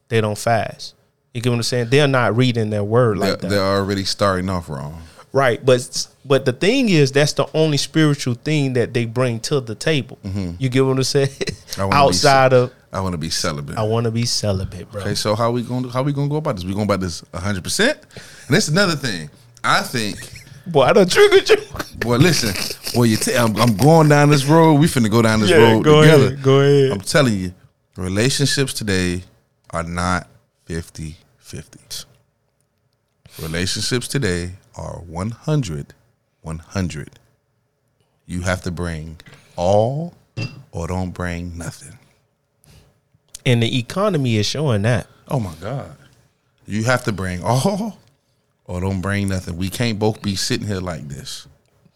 A: they don't fast. You get what I'm saying? They're not reading their word like
B: They're,
A: that.
B: they're already starting off wrong.
A: Right, but but the thing is, that's the only spiritual thing that they bring to the table. You get what I'm saying? [laughs]
B: Mm-hmm. I wanna be
A: Outside
B: ce-
A: of,
B: I want to be celibate.
A: I want to be celibate, bro.
B: Okay, so how we going to how we going to go about this? We going about this 100%? And that's another thing. I think
A: Boy, I done triggered you.
B: Well, listen. Well, you. T- I'm, I'm going down this road. We finna go down
A: [laughs]
B: this
A: Yeah,
B: road
A: go
B: together.
A: ahead, go ahead.
B: I'm telling you, relationships today are not 50 50. Relationships today are 100 100. You have to bring all or don't bring nothing.
A: And the economy is showing that.
B: Oh my God. You have to bring all or don't bring nothing. We can't both be sitting here like this.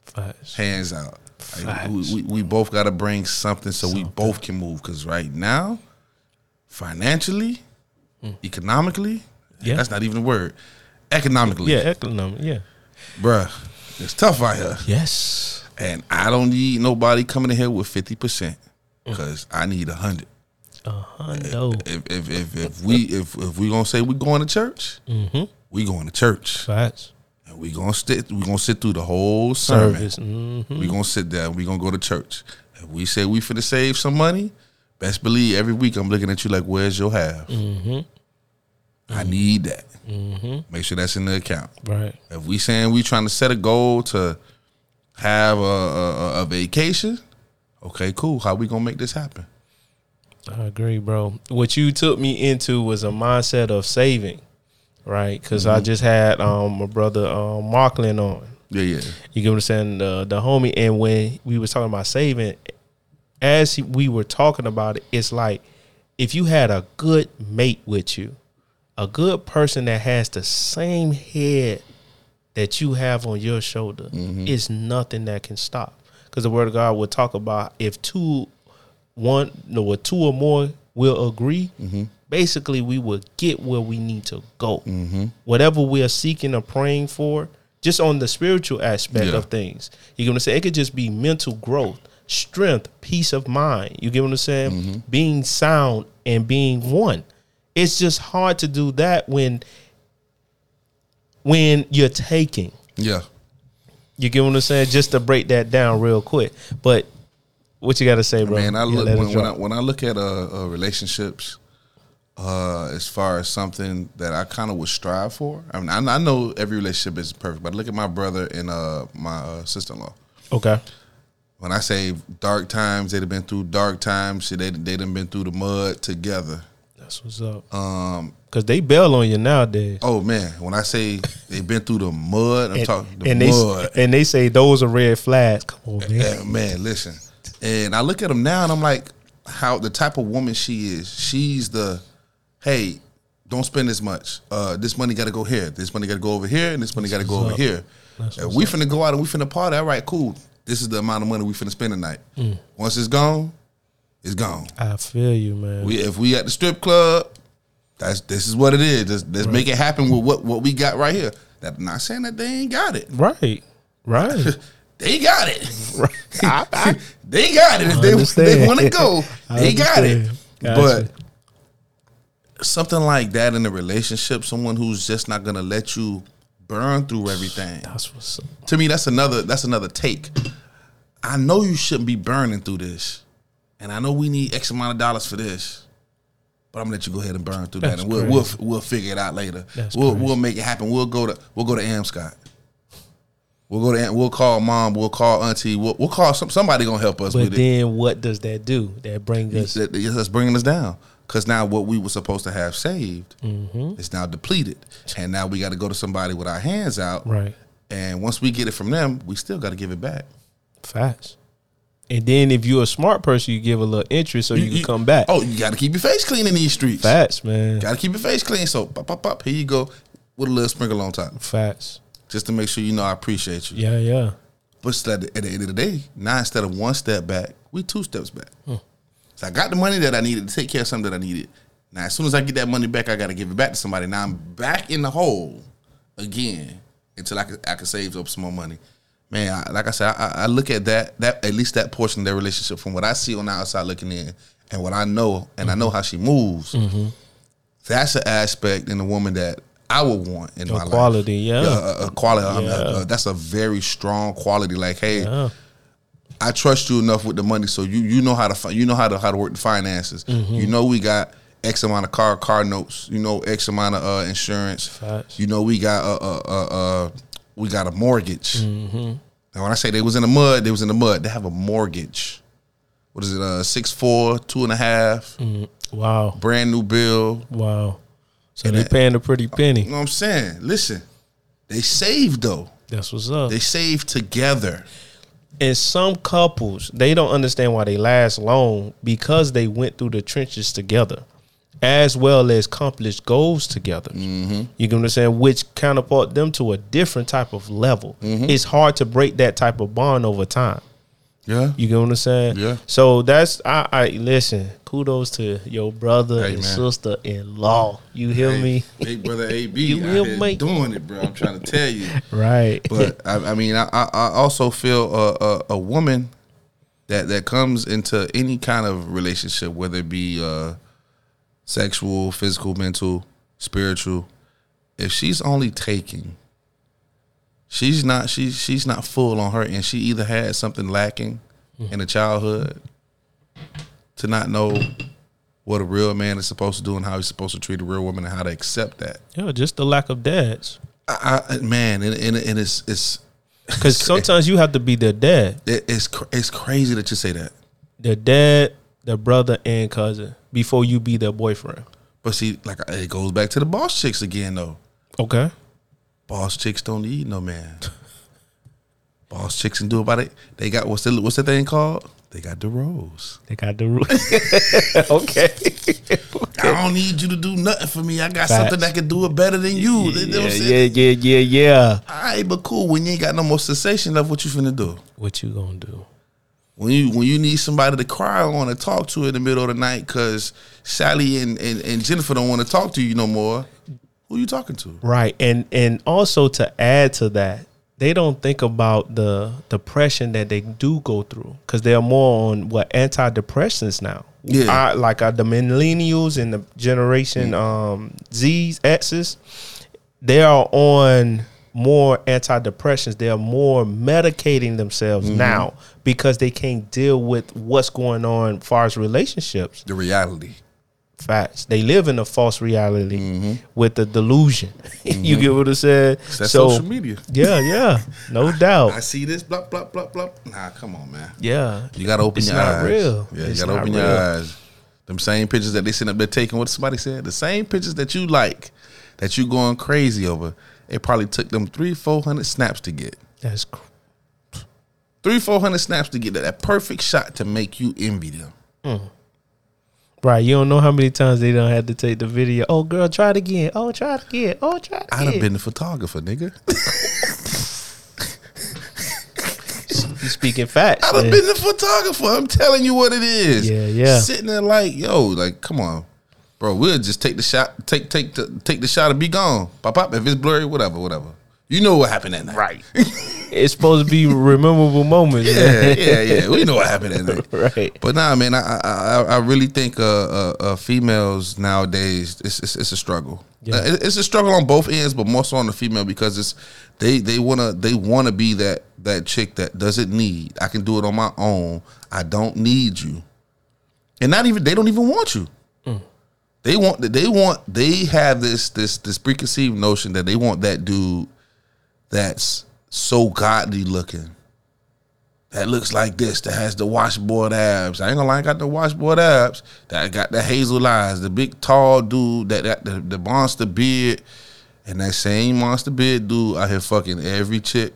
A: Facts.
B: hands out. Like, we,
A: Facts.
B: we, we both got to bring something so we both can move. Because right now, financially, economically,
A: Hmm. Yeah.
B: that's not even a word. Economically,
A: Yeah, economy. Yeah.
B: bruh, it's tough out here.
A: Yes.
B: And I don't need nobody coming in here with 50%
A: Hmm.
B: because I need 100
A: A hundo.
B: if if, if, if we if, if we gonna say we going to church,
A: Mm-hmm.
B: we going to church,
A: Facts.
B: and we gonna sit we gonna sit through the whole sermon.
A: Service. Mm.
B: we gonna sit there. we gonna go to church. If we say we finna save some money, best believe every week I'm looking at you like, "Where's your half? I need that. Make sure that's in the account."
A: Right.
B: If we saying we trying to set a goal to have a, a, a- a vacation, okay, cool. How we gonna make this happen?
A: I agree, bro. What you took me into was a mindset of saving. right? Because I just had um, my brother um, Marklin on.
B: Yeah, yeah.
A: You get what I'm saying? The, the homie. And when we was talking about saving, as he- we were talking about it, it's like if you had a good mate with you, a good person that has the same head that you have on your shoulder, it's nothing that can stop. Because the word of God will talk about if two, one, no, well, two or more will agree. Basically, we will get where we need to go. Whatever we are seeking or praying for, just on the spiritual aspect
B: Yeah.
A: of things. You get what I'm saying? It could just be mental growth, strength, peace of mind. You get what I'm saying? Being sound and being one. It's just hard to do that when when you're taking.
B: Yeah.
A: You get what I'm saying? Just to break that down real quick. But what you got to say, bro?
B: Man, I
A: Yeah,
B: look
A: let it
B: when, when I
A: drop.
B: when I look at uh, uh relationships uh as far as something that I kind of would strive for. I mean, I, I know every relationship is perfect, but look at my brother and uh my uh, sister-in-law.
A: okay.
B: when I say dark times, they'd have been through dark times. Shit, they they done been through the mud together.
A: That's what's up.
B: Um,
A: Cause they bail on you nowadays.
B: oh man, when I say they've been through the mud, I'm
A: And,
B: talking the
A: and they
B: mud.
A: and they say those are red flags. Come on, man.
B: Yeah, man, listen. And I look at them now, and I'm like, how the type of woman she is. She's the, hey, don't spend this much. Uh, this money got to go here. This money got to go over here, and this money got to go over here. Uh, we finna go out and we finna party. All right, cool. This is the amount of money we finna spend tonight. Once it's gone, it's gone.
A: I feel you, man.
B: We if we at the strip club, that's this is what it is. Just let's make it happen with what what we got right here. That not saying that they ain't got it.
A: right. Right.
B: They got it.
A: [laughs] I- I-
B: they got it. If they
A: understand.
B: they want to go,
A: I
B: they got it.
A: understand. Gotcha.
B: But something like that in a relationship, someone who's just not gonna let you burn through everything.
A: [laughs] That's what's up.
B: To me, that's another that's another take. I know you shouldn't be burning through this, and I know we need X amount of dollars for this, but I'm gonna let you go ahead and burn through
A: That's
B: that, and we'll, we'll we'll figure it out later.
A: That's
B: we'll
A: crazy.
B: we'll make it happen. We'll go to we'll go to Amscott. We'll go to Am- we'll call mom. We'll call auntie. We'll, we'll call some, somebody gonna help us
A: But
B: with it.
A: then what does that do? That bring us
B: That- that- That's bringing us down. Cause now what we were supposed to have saved
A: Mm-hmm.
B: is now depleted, and now we got to go to somebody with our hands out.
A: right.
B: And once we get it from them, we still got to give it back.
A: Facts. And then if you're a smart person, you give a little interest so you, can come back.
B: Oh, you got to keep your face clean in these streets.
A: Facts, man.
B: Got to keep your face clean. So pop, pop, pop. Here you go with a little sprinkle on top,
A: Facts.
B: just to make sure you know I appreciate you.
A: Yeah, yeah.
B: But still at the, at the end of the day, now instead of one step back, we two steps back. So I got the money that I needed to take care of something that I needed. Now as soon as I get that money back, I got to give it back to somebody. Now I'm back in the hole again until I can I can save up some more money. Man, I, like I said, I, I look at that that at least that portion of their relationship from what I see on the outside looking in, and what I know, and I know how she moves. That's an aspect in a woman that I would want in my life
A: Quality, yeah.
B: a, a- a quality. I'm-
A: Yeah.
B: uh, that's a very strong quality. Like, hey,
A: Yeah.
B: I trust you enough with the money, so you you know how to fi- you know how to how to work the finances.
A: Mm-hmm.
B: You know we got X amount of car car notes. You know X amount of uh, insurance.
A: Facts.
B: You know we got a uh, uh, uh, we got a mortgage.
A: Mm-hmm.
B: And when I say they was in the mud, they was in the mud. They have a mortgage. What is it? Uh, six four, two and a half,
A: Mm. Wow.
B: brand new bill.
A: Wow. So they paying a pretty
B: You
A: penny.
B: know what I'm saying? Listen, they saved though.
A: That's what's up.
B: They saved together.
A: And some couples, they don't understand why they last long because they went through the trenches together, as well as accomplished goals together.
B: Mm-hmm.
A: You get what I'm saying? Which counterpart them to a different type of level.
B: Mm-hmm.
A: It's hard to break that type of bond over time.
B: Yeah.
A: You get what I'm saying?
B: Yeah.
A: So that's I, I listen. Kudos to your brother
B: Hey,
A: and
B: man.
A: sister in law. You hear
B: Hey,
A: me?
B: Big brother AB,
A: You
B: out
A: will
B: here
A: make-
B: doing it, bro. I'm trying to tell you.
A: Right.
B: But I, I mean, I, I I also feel a, a a woman that that comes into any kind of relationship, whether it be uh, sexual, physical, mental, spiritual. If she's only taking, she's not she she's not full on her, and she either had something lacking in a childhood to not know what a real man is supposed to do and how he's supposed to treat a real woman and how to accept that.
A: yeah, just the lack of dads.
B: I, I man, and, and, and it's it's
A: Because sometimes you have to be their dad,
B: it- it's cr- it's crazy that you say that.
A: their dad, their brother, and cousin before you be their boyfriend.
B: But see, like it goes back to the boss chicks again, though.
A: Okay.
B: Boss chicks don't need no man. [laughs] Boss chicks can do about it. They got what's the what's the thing called? They got the rose.
A: They got the rule. [laughs] okay.
B: I don't need you to do nothing for me. I got
A: Facts.
B: something that can do it better than you. You know what
A: yeah,
B: I'm saying?
A: yeah, yeah, yeah, yeah.
B: All right, but cool. When you ain't got no more sensation left, what you finna do?
A: What you gonna do?
B: When you when you need somebody to cry on and talk to in the middle of the night because Sally and, and, and Jennifer don't want to talk to you no more, who you talking to?
A: Right. And and also to add to that, they don't think about the depression that they do go through because they're more on what antidepressants now.
B: Yeah.
A: I, like uh, the millennials and the generation um, Z's, X's, they are on more antidepressants. They are more medicating themselves now because they can't deal with what's going on as far as relationships.
B: The reality.
A: Facts. They live in a false reality
B: Mm-hmm.
A: with the delusion. [laughs] you get what I said?
B: That's Mm-hmm. social media.
A: Yeah, yeah.
B: [laughs]
A: No
B: I
A: doubt.
B: see this. Blah blah blah blah. Nah, come on, man.
A: Yeah.
B: You gotta open
A: It's
B: your
A: not
B: eyes.
A: real.
B: Yeah,
A: It's
B: you gotta
A: not
B: open your
A: real.
B: eyes. Them same pictures that they sitting up there taking. What somebody said. The same pictures that you like, that you going crazy over. It probably took them three, four hundred snaps to get.
A: That's cr-
B: Three, four hundred snaps to get that, that perfect shot to make you envy them.
A: right. You don't know how many times they don't had to take the video. Oh, girl, try it again. Oh, try it again. Oh, try it
B: I'd
A: again.
B: have been the photographer, nigga. [laughs]
A: You speaking facts.
B: I'd have
A: man.
B: been the photographer. I'm telling you what it is.
A: Yeah, yeah.
B: Sitting there like, yo, like, come on, bro. We'll just take the shot, take take the take the shot and be gone. Pop pop. If it's blurry, whatever, whatever. You know what happened that night, right?
A: It's supposed to be memorable moments.
B: [laughs] yeah,
A: man. [laughs]
B: yeah, yeah. We know what happened that night,
A: Right.
B: But nah, man, I I, I, I really think uh, uh, uh, females nowadays it's it's, it's a struggle.
A: Yeah.
B: Uh, it- It's a struggle on both ends, but more so on the female because it's they they wanna they wanna be that that chick that doesn't need. I can do it on my own. I don't need you, and not even they don't even want you.
A: Mm.
B: They want they want they have this this this preconceived notion that they want that dude that's so godly looking that looks like this, that has the washboard abs. I ain't gonna lie, I got the washboard abs. That got the hazel eyes, the big tall dude that got the, the monster beard, and that same monster beard dude out here fucking every chick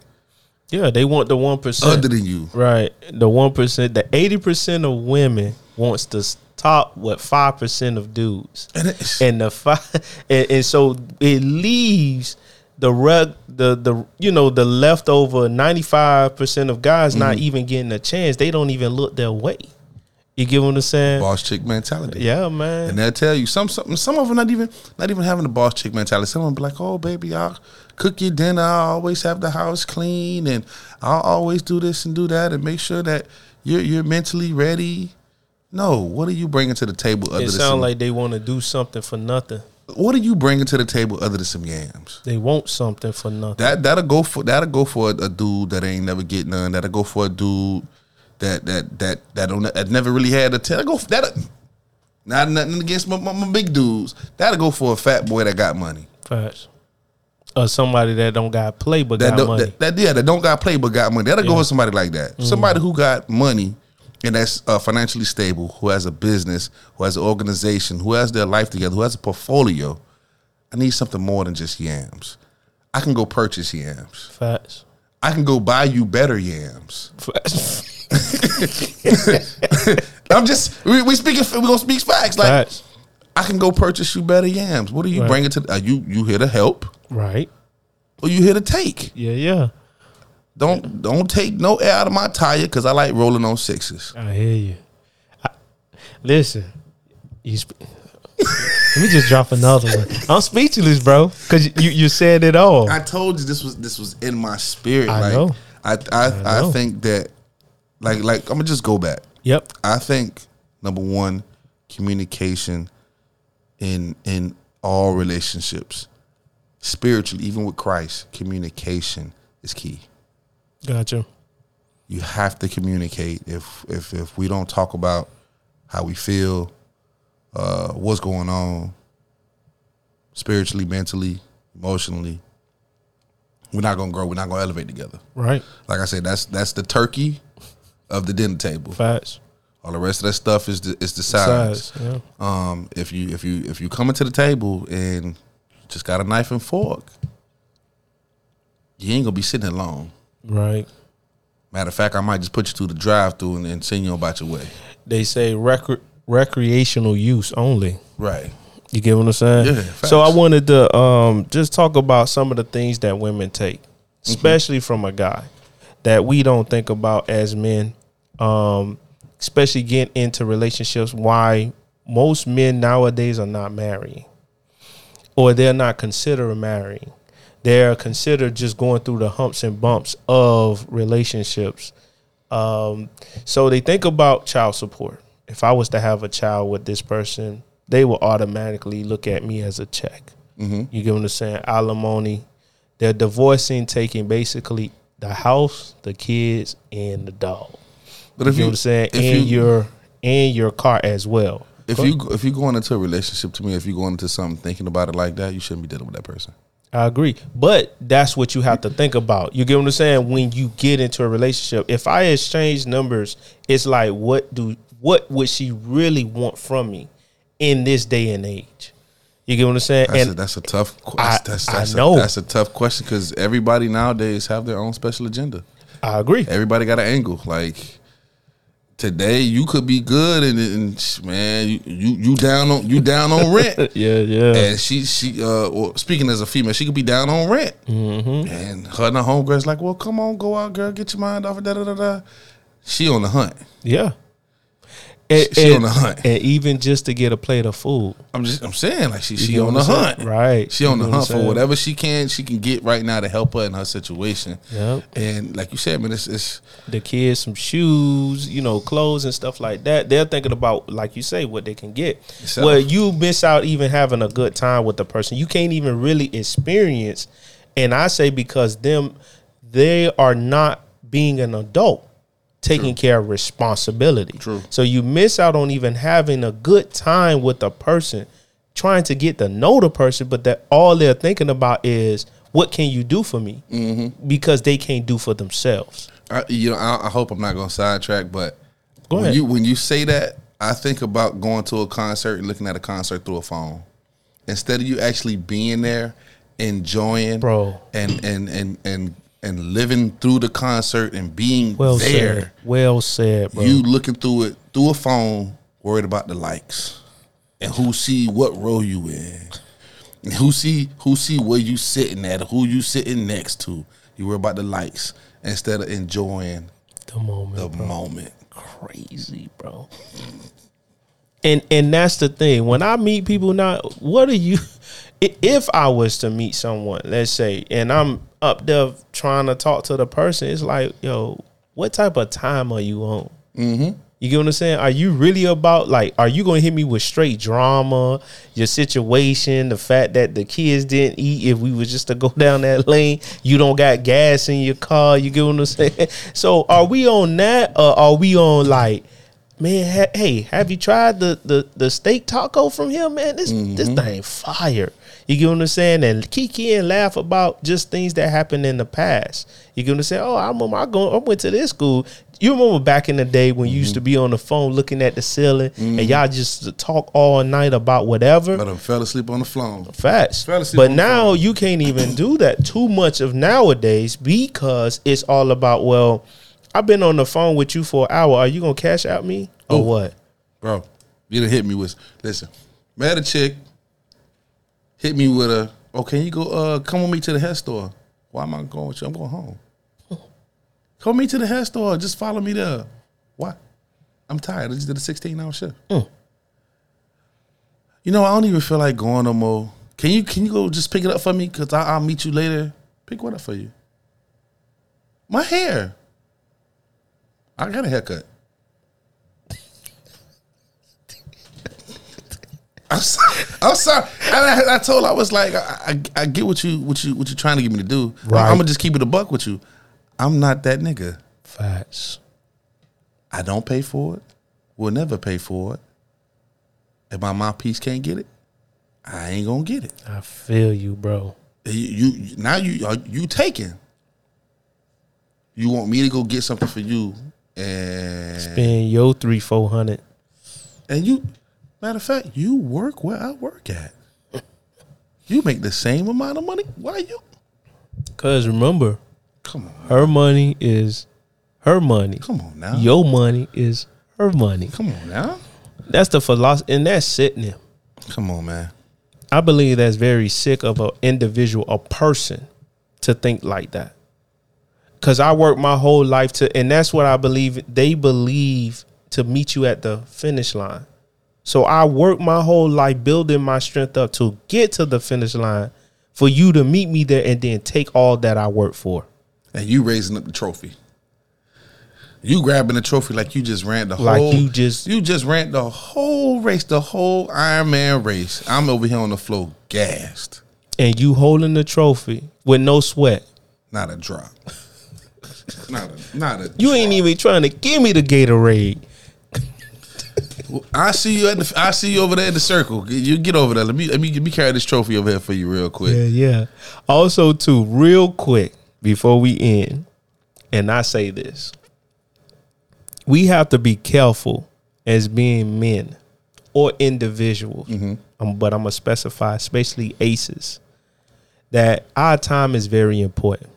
A: Yeah, they want the one percent.
B: other than you.
A: Right. The one percent, the eighty percent of women wants to s- top what five percent of dudes.
B: And it's,
A: and the five, [laughs] and, and so it leaves the rug, the the you know the leftover ninety five percent of guys
B: Mm-hmm.
A: not even getting a chance. They don't even look their way. You get what I'm saying?
B: boss chick mentality.
A: Yeah, man.
B: And they'll tell you some some some of them not even not even having the boss chick mentality. Some of them be like, "Oh baby, I'll cook your dinner. I will always have the house clean, and I'll always do this and do that, and make sure that you're you're mentally ready." No, what are you bringing to the table other
A: It
B: than
A: sounds
B: some,
A: like they want to do something for nothing.
B: what are you bringing to the table other than some yams?
A: They want something for nothing.
B: That that'll go for that'll go for a, dude that ain't never get none. That'll go for a dude that that that that, don't, that never really had a tail. Go for that. Not nothing against my, my, my big dudes. That'll go for a fat boy that got money.
A: Facts. Or somebody that don't got play but
B: that
A: got
B: don't,
A: money.
B: That, that- yeah, that don't got play but got money. That'll go
A: Yeah. Mm.
B: with somebody like that. Somebody who got money and that's uh, financially stable, who has a business, who has an organization, who has their life together, who has a portfolio. I need something more than just yams. I can go purchase yams.
A: Facts.
B: I can go buy you better yams.
A: Facts.
B: I'm just we, we speaking. We gonna speak facts. Like
A: Facts.
B: I can go purchase you better yams. What are you
A: Right.
B: bringing to? Are you you here to help
A: Right.
B: or you here to take?
A: Yeah, yeah.
B: Don't don't take no air out of my tire because I like rolling on sixes.
A: I hear you. I, listen, you sp- let me just drop another one. [laughs] I'm speechless, bro, because you you said it all.
B: I told you this was this was in my spirit.
A: I
B: like,
A: know.
B: I I, I,
A: know.
B: think that like like I'm gonna just go back.
A: yep.
B: I think number one, communication in in all relationships, spiritually, even with Christ, communication is key.
A: Gotcha.
B: You have to communicate. If if if we don't talk about how we feel, uh, what's going on, spiritually, mentally, emotionally, we're not gonna grow. We're not gonna elevate together.
A: Right.
B: Like I said, that's that's the turkey of the dinner table.
A: Facts.
B: All the rest of that stuff is the is the sides.
A: Size. Yeah.
B: Um, if you if you if you come into the table and Just got a knife and fork. You ain't gonna be sitting there long.
A: Right.
B: Matter of fact, I might just put you through the drive-through and, and send you about your way.
A: They say recre- recreational use only.
B: Right.
A: You get what I'm saying?
B: Yeah,
A: So I
B: facts.
A: wanted to um, just talk about some of the things that women take,
B: Mm-hmm.
A: especially from a guy, that we don't think about as men, um, especially getting into relationships. Why most men nowadays are not marrying, or they're not considering marrying. They're considered just going through the humps and bumps of relationships. Um, so they think about child support. If I was to have a child with this person, they will automatically look at me as a check. You get what I'm saying? Alimony. They're divorcing, taking basically the house, the kids, and the dog.
B: But
A: You, know what I'm saying? And your and your car as well.
B: if you if you're going into a relationship to me, if you're going into something thinking about it like that, you shouldn't be dealing with that person.
A: I agree. But that's what you have to think about. You get what I'm saying? When you get into a relationship, if I exchange numbers, it's like what do what would she really want from me in this day and age? You get what I'm saying?
B: That's,
A: and
B: a, that's a tough. que-
A: I-
B: That's, that's,
A: I
B: that's,
A: know.
B: A, that's a tough question because everybody nowadays have their own special agenda.
A: I agree.
B: Everybody got an angle. Like today, you could be good, and, and sh- man, you, you you down on you down on rent.
A: Yeah, yeah.
B: And she she uh well, speaking as a female, she could be down on rent. Mm-hmm. And her and her homegirl's like, well, come on, go out, girl, get your mind off of da da da da. She on the hunt.
A: Yeah. And,
B: She
A: and-
B: on the hunt.
A: And even just to get a plate of food.
B: I'm just I'm saying like she
A: You
B: she
A: get
B: on the
A: what I'm
B: hunt.
A: saying? Right.
B: She
A: You
B: on the
A: get what I'm
B: hunt for
A: saying?
B: whatever she can she can get right now to help her in her situation.
A: Yep.
B: And like you said, man, it's it's
A: The kids some shoes, you know, clothes and stuff like that. They're thinking about, like you say, what they can get.
B: So-
A: Well, you miss out even having a good time with the person. You can't even really experience. And I say because them, they are not being an adult, taking care of responsibility.
B: True.
A: So you miss out on even having a good time with a person, trying to get to know the person, but that all they're thinking about is what can you do for me? Because they can't do for themselves.
B: I, you know I, I hope I'm not gonna sidetrack, but
A: Go
B: when
A: ahead.
B: you when you say that, I think about going to a concert and looking at a concert through a phone instead of you actually being there, enjoying,
A: Bro.
B: and and and and and living through the concert and being
A: Well
B: there.
A: said. Well said, bro.
B: You looking through it through a phone, worried about the likes and who see what row you in, and who see who see where you sitting at, who you sitting next to. You worry about the likes instead of enjoying
A: the moment.
B: the moment.
A: crazy, bro. And and that's the thing. When I meet people now, what are you? i- If I was to meet someone, let's say, and I'm up there trying to talk to the person, it's like, yo, what type of time are you on? You get what I'm saying? Are you really about like? Are you gonna hit me with straight drama, your situation, the fact that the kids didn't eat? If we was just to [laughs] go down that lane, you don't got gas in your car. You get what I'm saying? [laughs] So are we on that, or are we on like, man? Ha- hey, have you tried the the the steak taco from him, man? This
B: Mm-hmm.
A: this thing fire. You get what I'm saying? And kiki and laugh about just things that happened in the past. You get what I'm saying? Oh, I remember I go I went to this school. You remember back in the day when
B: Mm-hmm.
A: you used to be on the phone looking at the ceiling and y'all just talk all night about whatever.
B: But I fell asleep on the phone.
A: Facts.
B: Fell asleep
A: But
B: on the
A: now you can't even do that too much of nowadays because it's all about, well, I've been on the phone with you for an hour. Are you gonna cash out me? Or
B: Ooh.
A: what?
B: Bro, you done hit me with listen, met a chick, hit me with a, oh, can you go uh come with me to the hair store? Why am I going with you? I'm going home. Oh. Come with me to the hair store, just follow me there. Why? I'm tired. I just did a 16 hour shift. You know, I don't even feel like going no more. Can you can you go just pick it up for me? Cause I, I'll meet you later. Pick what up for you? My hair. I got a haircut. [laughs] I'm sorry. I'm sorry. And I, I told her, I was like, I, I, I get what you what you what you trying to get me to do.
A: Right.
B: I'm gonna just keep it a buck with you. I'm not that nigga.
A: Facts.
B: I don't pay for it. Will never pay for it. If my mouthpiece can't get it, I ain't gonna get it.
A: I feel you, bro.
B: You, you now you are you taking. You want me to go get something for you, and
A: Spend your three, four hundred.
B: and you. Matter of fact, you work where I work at. You make the same amount of money. Why you?
A: Cause remember,
B: Come on,
A: her money is her money.
B: come on now.
A: Your money is her money.
B: Come on now.
A: That's the philosophy, and that's sitting there.
B: Come on, man.
A: I believe that's very sick of an individual, a person, to think like that. Cause I worked my whole life to, and that's what I believe. They believe to meet you at the finish line. So I worked my whole life building my strength up to get to the finish line, for you to meet me there and then take all that I worked for.
B: And you raising up the trophy. You grabbing the trophy like you just ran the
A: Like
B: whole.
A: you just-
B: you just ran the whole race, the whole Ironman race. I'm over here on the floor, gassed,
A: and you holding the trophy with no sweat.
B: not a drop, [laughs] not a, not a.
A: You ain't even trying to give me the Gatorade.
B: I see you at the. I see you over there in the circle. You get over there. Let me let me let me carry this trophy over here for you real quick.
A: Yeah, yeah. Also, too, real quick before we end, and I say this we have to be careful as being men or individuals, um, but I'm going to specify, especially aces, that our time is very important.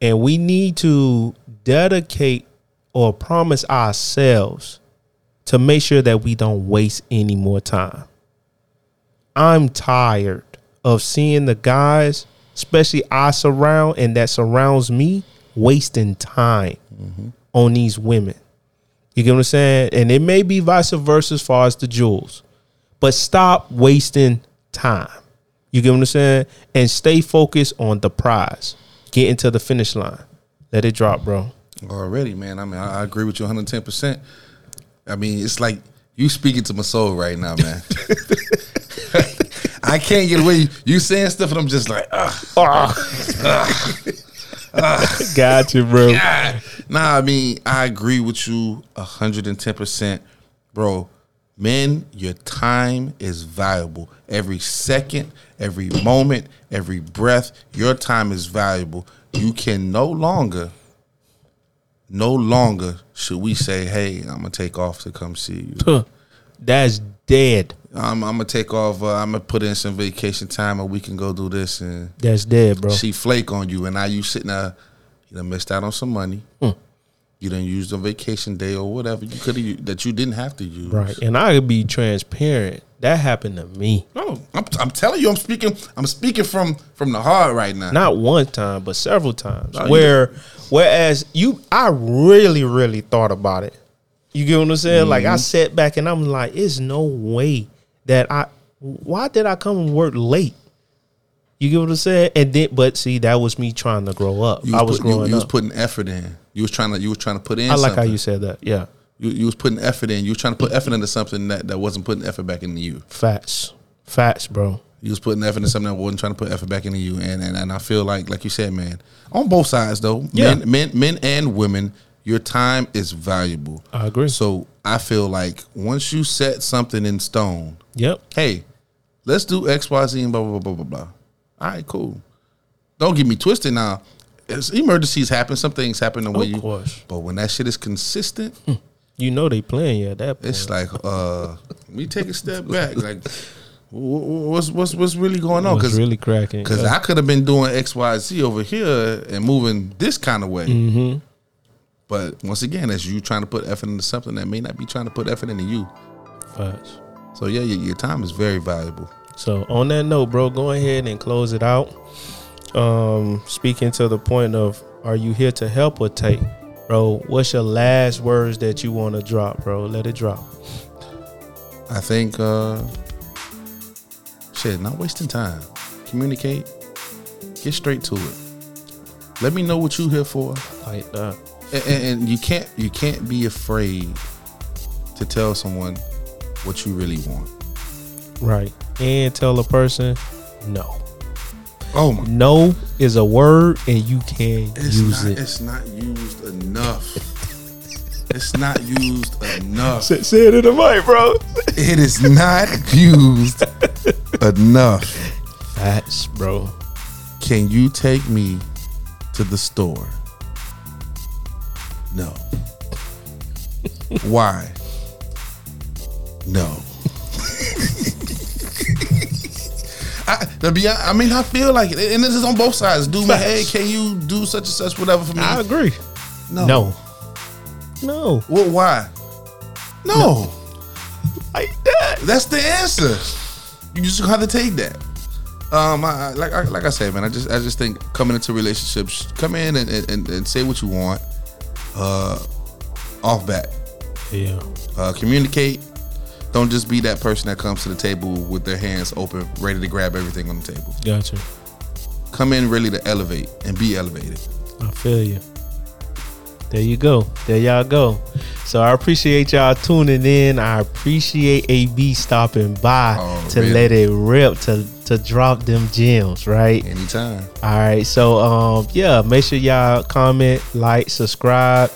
A: And we need to dedicate or promise ourselves to make sure that we don't waste any more time. I'm tired of seeing the guys, especially I surround and that surrounds me, wasting time on these women. You get what I'm saying? And it may be vice versa as far as the jewels, but stop wasting time. You get what I'm saying? And stay focused on the prize. Get into the finish line. Let it drop, [laughs] bro.
B: Already, man. I mean, I, I agree with you 110. percent I mean, it's like you speaking to my soul right now, man. [laughs] I can't get away. You saying stuff, and I'm just like, ah,
A: Got you, bro.
B: God. Nah, I mean, I agree with you 110, percent bro. Men, your time is valuable. Every second, every moment, every breath, your time is valuable. You can no longer no longer should we say, "Hey, I'm gonna take off to come see you."
A: Huh. That's dead.
B: I'm, I'm gonna take off. Uh, I'm gonna put in some vacation time, and we can go do this. And
A: That's dead, bro.
B: she flake on you, and now you sitting there. You done missed out on some money.
A: Hmm.
B: You done used a vacation day or whatever you could have that you didn't have to use.
A: Right. And I could be transparent. That happened to me.
B: No, I'm, I'm telling you, I'm speaking. I'm speaking from from the heart right now.
A: not one time, but several times.
B: you
A: where whereas you I really, really thought about it. You get what I'm saying? Like
B: Mm-hmm.
A: I sat back and I'm like, it's no way that I why did I come and work late? You get what I'm saying? And then but see, that was me trying to grow up.
B: You
A: I was
B: putting- you-
A: growing
B: you, was
A: up.
B: putting effort in. You was trying to. You was trying to put in.
A: I like how
B: something.
A: you said that. Yeah.
B: you. You was putting effort in. You was trying to put effort into something that that wasn't putting effort back into you.
A: Facts. Facts, bro.
B: You was putting effort into something that wasn't trying to put effort back into you, and and, and I feel like, like you said, man, on both sides though,
A: Yeah.
B: men, men, men and women, your time is valuable.
A: I agree.
B: So I feel like once you set something in stone,
A: Yep.
B: hey, let's do X, Y, Z, and blah blah blah blah blah blah. All right, cool. Don't get me twisted now. It's, emergencies happen. Some things happen the way
A: Of
B: you.
A: course.
B: But when that shit is consistent,
A: You know they playing you at that point. [laughs]
B: it's like uh, we take a step back. Like, wh- wh- what's what's what's really going on?
A: It's really cracking.
B: Because
A: yeah.
B: I could have been doing X, Y, Z over here and moving this kind of way. But once again, it's you trying to put effort into something that may not be trying to put effort into you.
A: Facts.
B: So yeah, your, your time is very valuable.
A: So on that note, bro, go ahead and close it out. Um, speaking to the point of, are you here to help or take, bro? What's your last words that you want to drop, bro? Let it drop.
B: I think, uh, shit, not wasting time. Communicate. Get straight to it. Let me know what you here for.
A: Like that.
B: and, and, and you can't you can't be afraid to tell someone what you really want.
A: Right. And tell a person, no.
B: Oh my
A: No is a word, and you can
B: It's
A: use
B: not,
A: it.
B: It's not used enough. it's not used enough.
A: Say say it in the mic, bro.
B: It is not used enough.
A: Facts, bro.
B: Can you take me to the store? No. Why? No. [laughs] I, to be honest, I mean, I feel like it, and this is on both sides. Do me,
A: Facts.
B: hey, can you do such and such, whatever for me?
A: I agree.
B: no,
A: No. No.
B: Well, why? No,
A: Like that.
B: that's the answer. You just have to take that. Um, I, I- like I, like I said, man, I just I just think coming into relationships, come in and and, and, and say what you want, uh, off bat,
A: Yeah.
B: uh, communicate. Don't just be that person that comes to the table with their hands open, ready to grab everything on the table.
A: Gotcha.
B: Come in really to elevate and be elevated.
A: I feel you. There you go. There y'all go. So I appreciate y'all tuning in. I appreciate AB stopping by
B: Oh,
A: to
B: really?
A: let it rip to to drop them gems, right?
B: Anytime.
A: All right. So um yeah, make sure y'all comment, like, subscribe.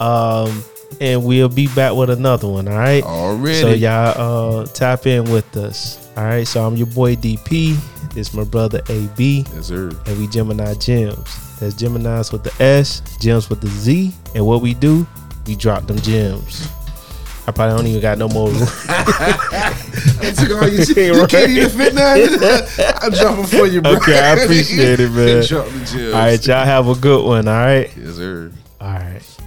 A: Um and we'll be back with another one, all right?
B: Already.
A: So y'all uh tap in with us. All right. So I'm your boy DP. This my brother AB
B: Yes, sir.
A: and we Gemini Gems. That's Gemini's with the S, Gems with the Z. And what we do, we drop them gems. I probably don't even got no more.
B: You took
A: [laughs]
B: all your shit. You
A: Right.
B: can't even fit nothing.
A: [laughs]
B: I'm dropping for you, bro.
A: Okay,
B: [laughs]
A: I appreciate it, man.
B: Drop the gems.
A: All right, y'all have a good one. All right.
B: Yes, sir.
A: All right.